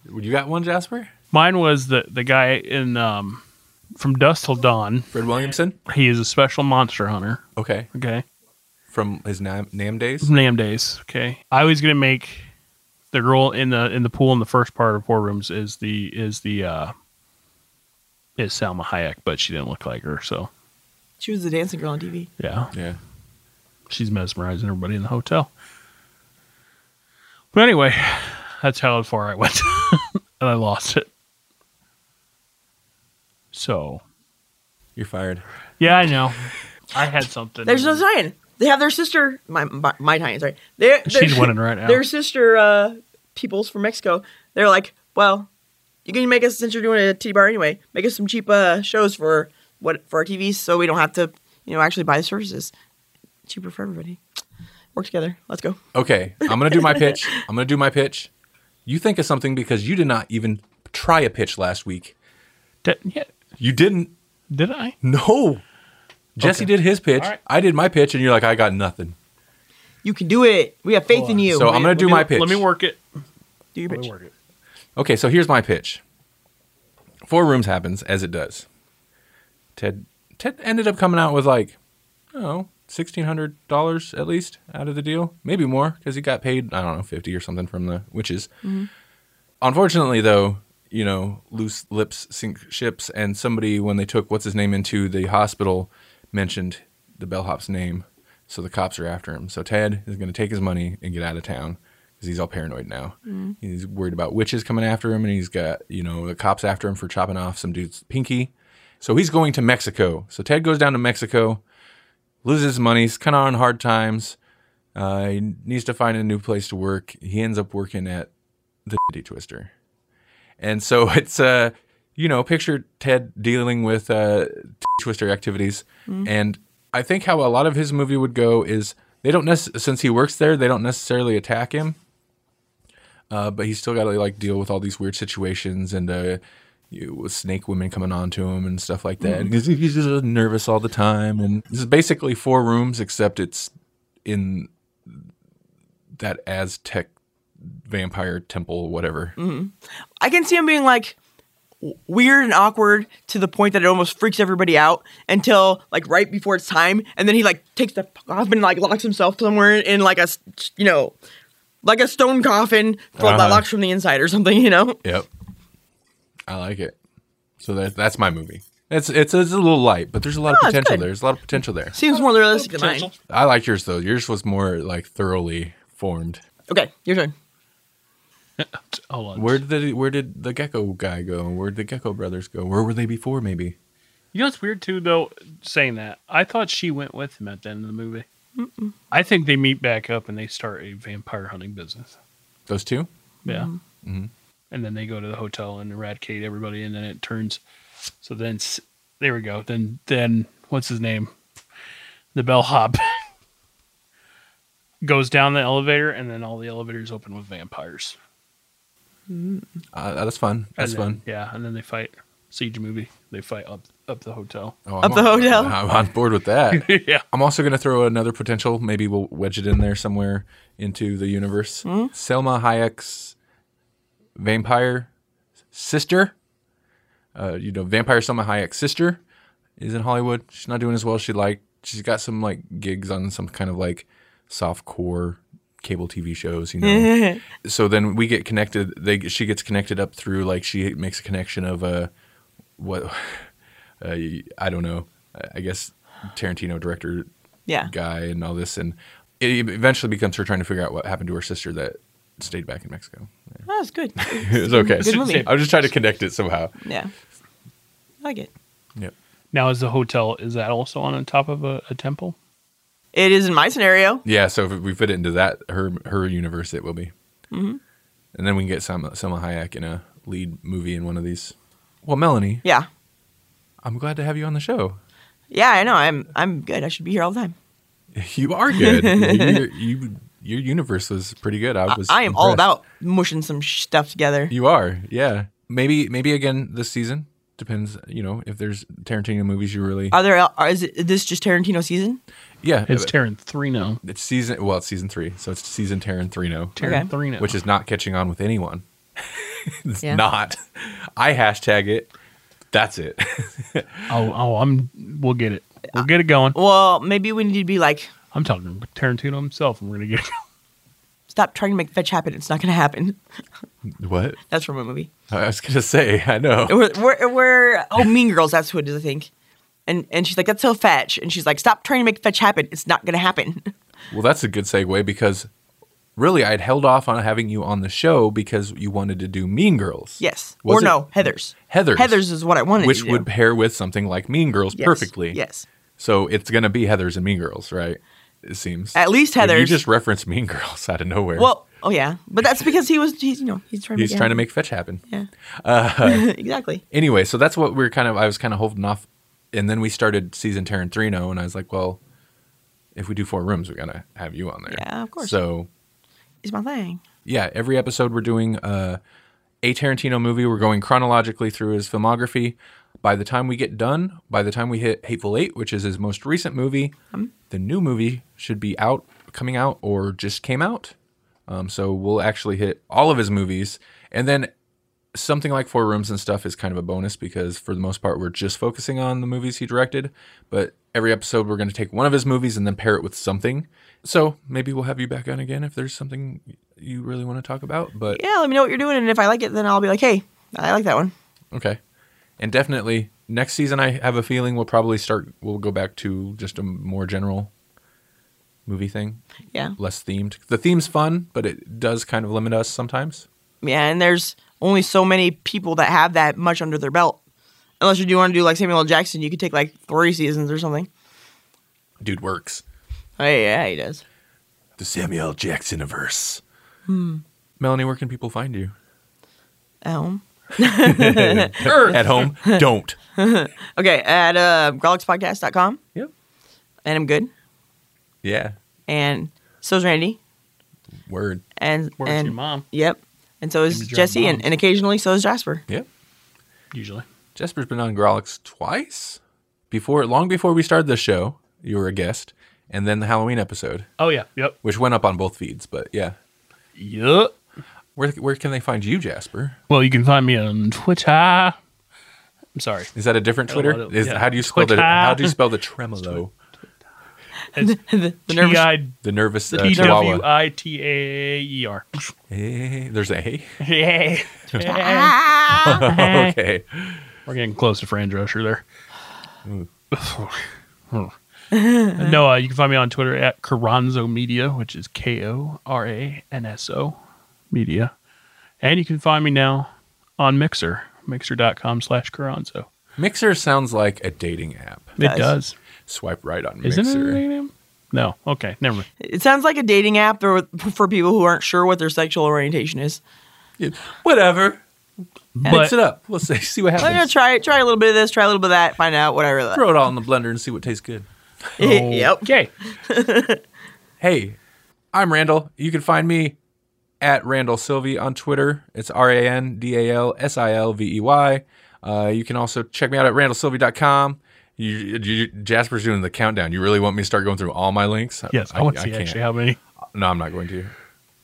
Speaker 4: You got one, Jasper?
Speaker 3: Mine was the the guy in um, from Dust Till Dawn.
Speaker 4: Fred Williamson?
Speaker 3: He is a special monster hunter.
Speaker 4: Okay.
Speaker 3: Okay,
Speaker 4: From his Nam, Nam days?
Speaker 3: Some name days. Okay, I was gonna make the girl in the in the pool in the first part of Four Rooms is the is the uh is Salma Hayek, but she didn't look like her. So
Speaker 5: she was the dancing girl on tv
Speaker 3: yeah,
Speaker 4: Yeah.
Speaker 3: she's mesmerizing everybody in the hotel. But anyway, that's how far I went, and I lost it. So
Speaker 4: You're fired.
Speaker 3: yeah, I know. I had something.
Speaker 5: there's no sign they have their sister my my, my Italian, sorry they're,
Speaker 3: She's winning right now.
Speaker 5: their sister uh, peoples from Mexico, they're like, well, you can make us since you're doing a T bar anyway, make us some cheap uh, shows for what for our TVs, so we don't have to, you know, actually buy the services. Cheaper for everybody. Work together. Let's go.
Speaker 4: Okay. I'm going to do my pitch. I'm going to do my pitch. You think of something because you did not even try a pitch last week.
Speaker 3: Did, yeah,
Speaker 4: You didn't.
Speaker 3: did I?
Speaker 4: No. Jesse did his pitch.
Speaker 3: All right.
Speaker 4: I did my pitch, and you're like, I got nothing.
Speaker 5: You can do it. We have faith in you.
Speaker 4: So I'm going to do my pitch.
Speaker 3: Let me work it.
Speaker 5: do your pitch.
Speaker 3: it.
Speaker 4: Okay, so here's my pitch. Four Rooms happens as it does. Ted Ted ended up coming out with like, oh, sixteen hundred dollars at least out of the deal, maybe more because he got paid I don't know fifty or something from the witches. Unfortunately, though, you know, loose lips sink ships, and somebody when they took what's his name into the hospital mentioned the bellhop's name, so the cops are after him. So Ted is going to take his money and get out of town because he's all paranoid now. He's worried about witches coming after him, and he's got you know the cops after him for chopping off some dude's pinky. So he's going to Mexico. So Ted goes down to Mexico, loses his money, he's kind of on hard times. Uh, he needs to find a new place to work. He ends up working at the Titty Twister. And so it's uh, you know, picture Ted dealing with uh, Titty Twister activities and I think how a lot of his movie would go is they don't nec- since he works there, they don't necessarily attack him. Uh, but he's still got to like deal with all these weird situations and uh, you, with snake women coming on to him and stuff like that. And he's, he's just nervous all the time. And this is basically four rooms, except it's in that Aztec vampire temple, whatever.
Speaker 5: I can see him being like w- weird and awkward to the point that it almost freaks everybody out until like right before it's time, and then he like takes the fuck off and like locks himself somewhere in like a s- you know like a stone coffin but
Speaker 4: Uh-huh.
Speaker 5: that locks from the inside or something. You know,
Speaker 4: Yep, I like it. So that that's my movie. It's it's, it's a little light, but there's a lot of
Speaker 5: No, Oh, it's
Speaker 4: potential
Speaker 5: good.
Speaker 4: there. There's a lot of potential there.
Speaker 5: seems more realistic than mine.
Speaker 4: I like yours though. Yours was more like thoroughly formed.
Speaker 5: Okay, your turn.
Speaker 3: Hold on.
Speaker 4: Where did the, where did the gecko guy go? Where did the gecko brothers go? Where were they before? Maybe.
Speaker 3: You know what's weird too, though. Saying that, I thought she went with him at the end of the movie. I think they meet back up and they start a vampire hunting business.
Speaker 4: Those two?
Speaker 3: Yeah.
Speaker 4: Mm-hmm.
Speaker 3: And then they go to the hotel and eradicate everybody, and then it turns. So then, s- there we go. Then, then what's his name? The bellhop goes down the elevator, and then all the elevators open with vampires.
Speaker 4: Uh, that's fun. That's
Speaker 3: And then-
Speaker 4: fun.
Speaker 3: Yeah, and then they fight. Siege movie. They fight up up the hotel.
Speaker 4: Oh,
Speaker 5: At the
Speaker 4: on-
Speaker 5: hotel?
Speaker 4: I'm on board with that.
Speaker 3: yeah.
Speaker 4: I'm also going to throw another potential. Maybe we'll wedge it in there somewhere into the universe.
Speaker 5: Hmm?
Speaker 4: Selma Hayek's vampire sister. Uh, you know, vampire Selma Hayek's sister is in Hollywood. She's not doing as well as she'd like. She's got some like gigs on some kind of like soft core cable TV shows, you know. so then we get connected. They she gets connected up through like she makes a connection of uh, what uh, I don't know. I- I guess Tarantino director
Speaker 5: Yeah,
Speaker 4: guy and all this, and it eventually becomes her trying to figure out what happened to her sister that stayed back in Mexico.
Speaker 5: that's good.
Speaker 4: it was okay.
Speaker 5: Good movie.
Speaker 4: I was just trying to connect it somehow.
Speaker 5: Yeah, I like it.
Speaker 4: Yep.
Speaker 3: Now is the hotel is that also on top of a, a temple?
Speaker 5: It is in my scenario.
Speaker 4: Yeah. So if we fit it into that her her universe, it will be.
Speaker 5: Mm-hmm.
Speaker 4: And then we can get Selma, Selma Hayek in a lead movie in one of these. Well, Melanie,
Speaker 5: Yeah,
Speaker 4: I'm glad to have you on the show.
Speaker 5: yeah, I know. I'm I'm good. I should be here all the time.
Speaker 4: You are good. you, you, your universe was pretty good. I
Speaker 5: I,
Speaker 4: was.
Speaker 5: I am all
Speaker 4: impressed.
Speaker 5: about mushing some sh- stuff together.
Speaker 4: You are, yeah. Maybe, maybe again this season. Depends, you know, if there's Tarantino movies you really,
Speaker 5: Are there? el- Are, is it, this just Tarantino season?
Speaker 4: yeah.
Speaker 3: It's Tarantino.
Speaker 4: It's season well, it's season three, so it's season Tarantino,
Speaker 3: Tarantino,
Speaker 4: which is not catching on with anyone. it's
Speaker 6: Yeah.
Speaker 4: not. I hashtag it. That's it.
Speaker 3: oh oh I'm we'll get it we'll get it going.
Speaker 5: Well, maybe we need to be like,
Speaker 3: I'm talking to Tarantino himself, and we're gonna get it.
Speaker 5: stop trying to make fetch happen. It's not going to happen.
Speaker 4: what?
Speaker 5: That's from a movie.
Speaker 4: I was gonna say. I know.
Speaker 5: We're, we're, we're- oh Mean Girls. That's who it is, I think. And and she's like, that's so fetch. And she's like, stop trying to make fetch happen. It's not going to happen.
Speaker 4: Well, that's a good segue because really, I'd held off on having you on the show because you wanted to do Mean Girls.
Speaker 5: Yes.
Speaker 4: Was
Speaker 5: or
Speaker 4: it-
Speaker 5: no, Heather's.
Speaker 4: Heathers.
Speaker 5: Heather's is what I wanted.
Speaker 4: which
Speaker 5: to do.
Speaker 4: would pair with something like Mean Girls
Speaker 5: Yes.
Speaker 4: perfectly.
Speaker 5: Yes.
Speaker 4: So it's gonna be Heather's and Mean Girls, right? It seems.
Speaker 5: At least
Speaker 4: You
Speaker 5: Heather's.
Speaker 4: just referenced Mean Girls out of nowhere.
Speaker 5: Well, oh yeah, but that's because he was he's you know he's trying
Speaker 4: he's
Speaker 5: to
Speaker 4: trying to make Uh, fetch happen.
Speaker 5: make exactly.
Speaker 4: anyway, so that's what we are kind of. I was kind of holding off, and then we started season Tarantino, and I was like, well, if we do four rooms, we gotta have you on there.
Speaker 5: Yeah, of course.
Speaker 4: So
Speaker 5: It's my thing.
Speaker 4: yeah, every episode we're doing uh, a Tarantino movie. We're going chronologically through his filmography. By the time we get done, by the time we hit Hateful Eight, which is his most recent movie, the new movie should be out, coming out, or just came out. Um, so we'll actually hit all of his movies, and then something like Four Rooms and stuff is kind of a bonus because for the most part we're just focusing on the movies he directed. But every episode we're going to take one of his movies and then pair it with something. So maybe we'll have you back on again if there's something you really want to talk about. But
Speaker 5: Yeah, let me know what you're doing, and if I like it, then I'll be like, hey, I like that one.
Speaker 4: Okay. And definitely next season, I have a feeling we'll probably start, we'll go back to just a more general movie thing,
Speaker 5: Yeah,
Speaker 4: less themed. The theme's fun, but it does kind of limit us sometimes.
Speaker 5: Yeah, and there's only so many people that have that much under their belt. Unless you do want to do like Samuel L. Jackson, you could take like three seasons or something.
Speaker 4: Dude works.
Speaker 5: Oh, yeah, he does.
Speaker 4: The Samuel L. Jackson verse. Melanie, where can people find you?
Speaker 5: Um,
Speaker 4: At home? Don't.
Speaker 5: okay, at uh, growlixpodcast.com.
Speaker 4: Yep.
Speaker 5: and I'm good.
Speaker 4: Yeah.
Speaker 5: And so's Randy.
Speaker 4: Word.
Speaker 5: And
Speaker 3: Where's
Speaker 5: and
Speaker 3: your mom?
Speaker 5: Yep. And so is
Speaker 3: Name drop
Speaker 5: Jesse, and,
Speaker 3: bombs.
Speaker 5: and occasionally so is Jasper.
Speaker 4: Yep.
Speaker 3: Usually.
Speaker 4: Jasper's been on Grolix twice before, long before we started the show. You were a guest, and then the Halloween episode,
Speaker 3: Oh yeah. Yep.
Speaker 4: which went up on both feeds. But yeah,
Speaker 3: Yep.
Speaker 4: where where can they find you, Jasper?
Speaker 3: Well, you can find me on Twitter. I'm sorry.
Speaker 4: Is that a different Twitter?
Speaker 3: well,
Speaker 4: Is
Speaker 3: yeah.
Speaker 4: how do you spell the
Speaker 3: Twitter.
Speaker 4: how do you spell the tremolo?
Speaker 5: the, the
Speaker 3: T
Speaker 5: nervous.
Speaker 3: i
Speaker 4: The nervous uh,
Speaker 3: t w
Speaker 4: chihuahua.
Speaker 3: i t a e r.
Speaker 4: Eh, there's a hey.
Speaker 3: Yay.
Speaker 5: Ah!
Speaker 3: Eh.
Speaker 4: okay.
Speaker 3: We're getting close to Fran Drescher there. no, uh, you can find me on Twitter at Carranzo Media, which is K O R A N S O Media. And you can find me now on Mixer, mixer.com slash Carranzo.
Speaker 4: Mixer sounds like a dating app.
Speaker 3: It
Speaker 5: Does.
Speaker 3: does.
Speaker 4: Swipe right on
Speaker 3: Isn't it?
Speaker 4: Mixer.
Speaker 3: a name? No. Okay. Never mind.
Speaker 5: it sounds like a dating app for, for people who aren't sure what their sexual orientation is.
Speaker 4: Yeah, Whatever. Mix
Speaker 3: But-
Speaker 4: it up. We'll see, see what
Speaker 5: I'm gonna
Speaker 4: happens.
Speaker 5: try try a little bit of this, try a little bit of that, find out what I really like.
Speaker 4: Throw it all in the blender and see what tastes good.
Speaker 5: yep.
Speaker 3: Okay.
Speaker 4: Hey, I'm Randall. You can find me at Randall Sylvie on Twitter. It's R A N D A L S I L V E Y. Uh, you can also check me out at randallsylvie.com. You, you, Jasper's doing the countdown. You really want me to start going through all my links?
Speaker 3: Yes, I, want to see actually how many.
Speaker 4: No, I'm not going to.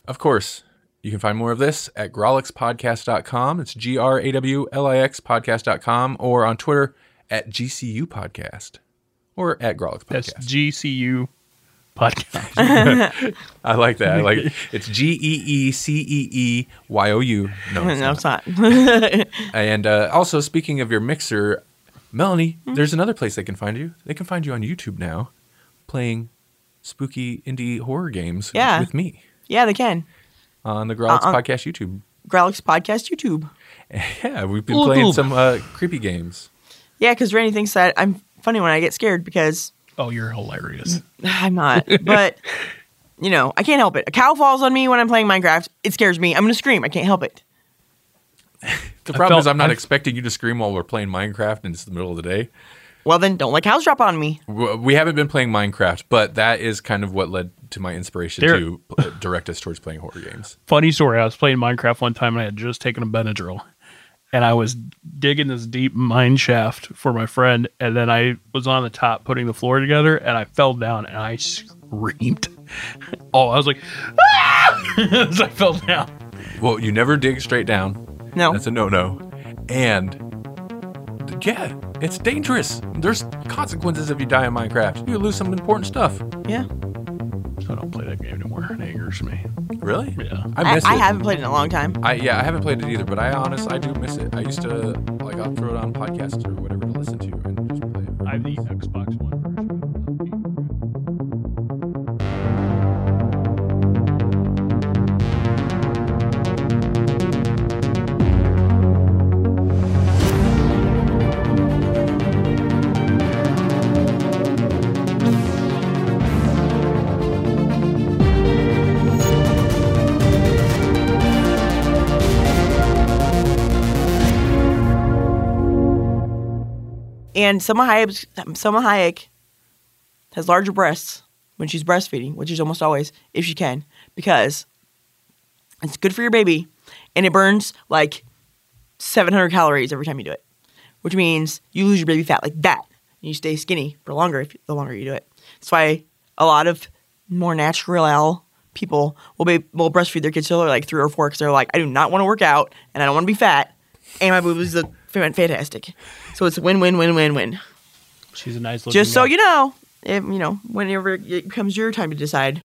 Speaker 4: Of course, you can find more of this at growlixpodcast.com. It's G R A W L I X podcast.com or on Twitter at GCU podcast or at Growlix
Speaker 3: That's
Speaker 4: podcast.
Speaker 3: GCU podcast.
Speaker 4: I like that. I like it. It's G E E C E E Y O U. No, it's
Speaker 5: No,
Speaker 4: not.
Speaker 5: it's not.
Speaker 4: And uh, also, speaking of your mixer, Melanie,
Speaker 3: Mm-hmm.
Speaker 4: there's another place they can find you. They can find you on YouTube now playing spooky indie horror games
Speaker 5: Yeah.
Speaker 4: with me
Speaker 5: yeah, they can.
Speaker 4: on the Growlix
Speaker 3: Uh-uh.
Speaker 5: Uh, on-
Speaker 4: Podcast YouTube.
Speaker 5: Growlix Podcast YouTube.
Speaker 4: Yeah, we've been
Speaker 3: Ooh,
Speaker 4: playing
Speaker 3: ooh.
Speaker 4: some uh, creepy games.
Speaker 5: Yeah, because Randy thinks that I'm funny when I get scared because
Speaker 3: oh, you're hilarious.
Speaker 5: I'm not. But you know, I can't help it. A cow falls on me when I'm playing Minecraft. It scares me. I'm gonna scream. I can't help it.
Speaker 4: The problem
Speaker 3: felt-
Speaker 4: is, I'm not
Speaker 3: I-
Speaker 4: expecting you to scream while we're playing Minecraft and it's the middle of the day.
Speaker 5: Well then, don't let cows drop on me.
Speaker 4: W- We haven't been playing Minecraft, but that is kind of what led to my inspiration
Speaker 3: There-
Speaker 4: to uh, direct us towards playing horror games.
Speaker 3: Funny story. I was playing Minecraft one time and I had just taken a Benadryl, and I was digging this deep mine shaft for my friend, and then I was on the top putting the floor together, and I fell down and I screamed. Oh, I was like, "Ah!" as I fell down.
Speaker 4: Well, you never dig straight down.
Speaker 5: No.
Speaker 4: That's a no no. And yeah, it's dangerous. There's consequences if you die in Minecraft. You lose some important stuff.
Speaker 5: yeah.
Speaker 3: So I don't play that game anymore. It angers me.
Speaker 4: Really?
Speaker 3: Yeah.
Speaker 4: I
Speaker 5: I,
Speaker 4: miss
Speaker 5: I
Speaker 4: it.
Speaker 5: haven't played in a long time.
Speaker 4: I yeah, I haven't played it either, but I honestly I do miss it. I used to like I'll throw it on podcasts or whatever to listen to and just play it.
Speaker 3: I have the Xbox One version.
Speaker 5: And Selma Hayek, Selma Hayek has larger breasts when she's breastfeeding, which is almost always if she can, because it's good for your baby and it burns like 700 calories every time you do it, which means you lose your baby fat like that and you stay skinny for longer if the longer you do it. That's why a lot of more natural people will be will breastfeed their kids till they're like three or four because they're like, I do not want to work out and I don't want to be fat and my boobies look fan- fantastic. So it's win win win win win.
Speaker 3: She's a nice looking.
Speaker 5: Just so
Speaker 3: gal.
Speaker 5: you know, if, you know, whenever it comes your time to decide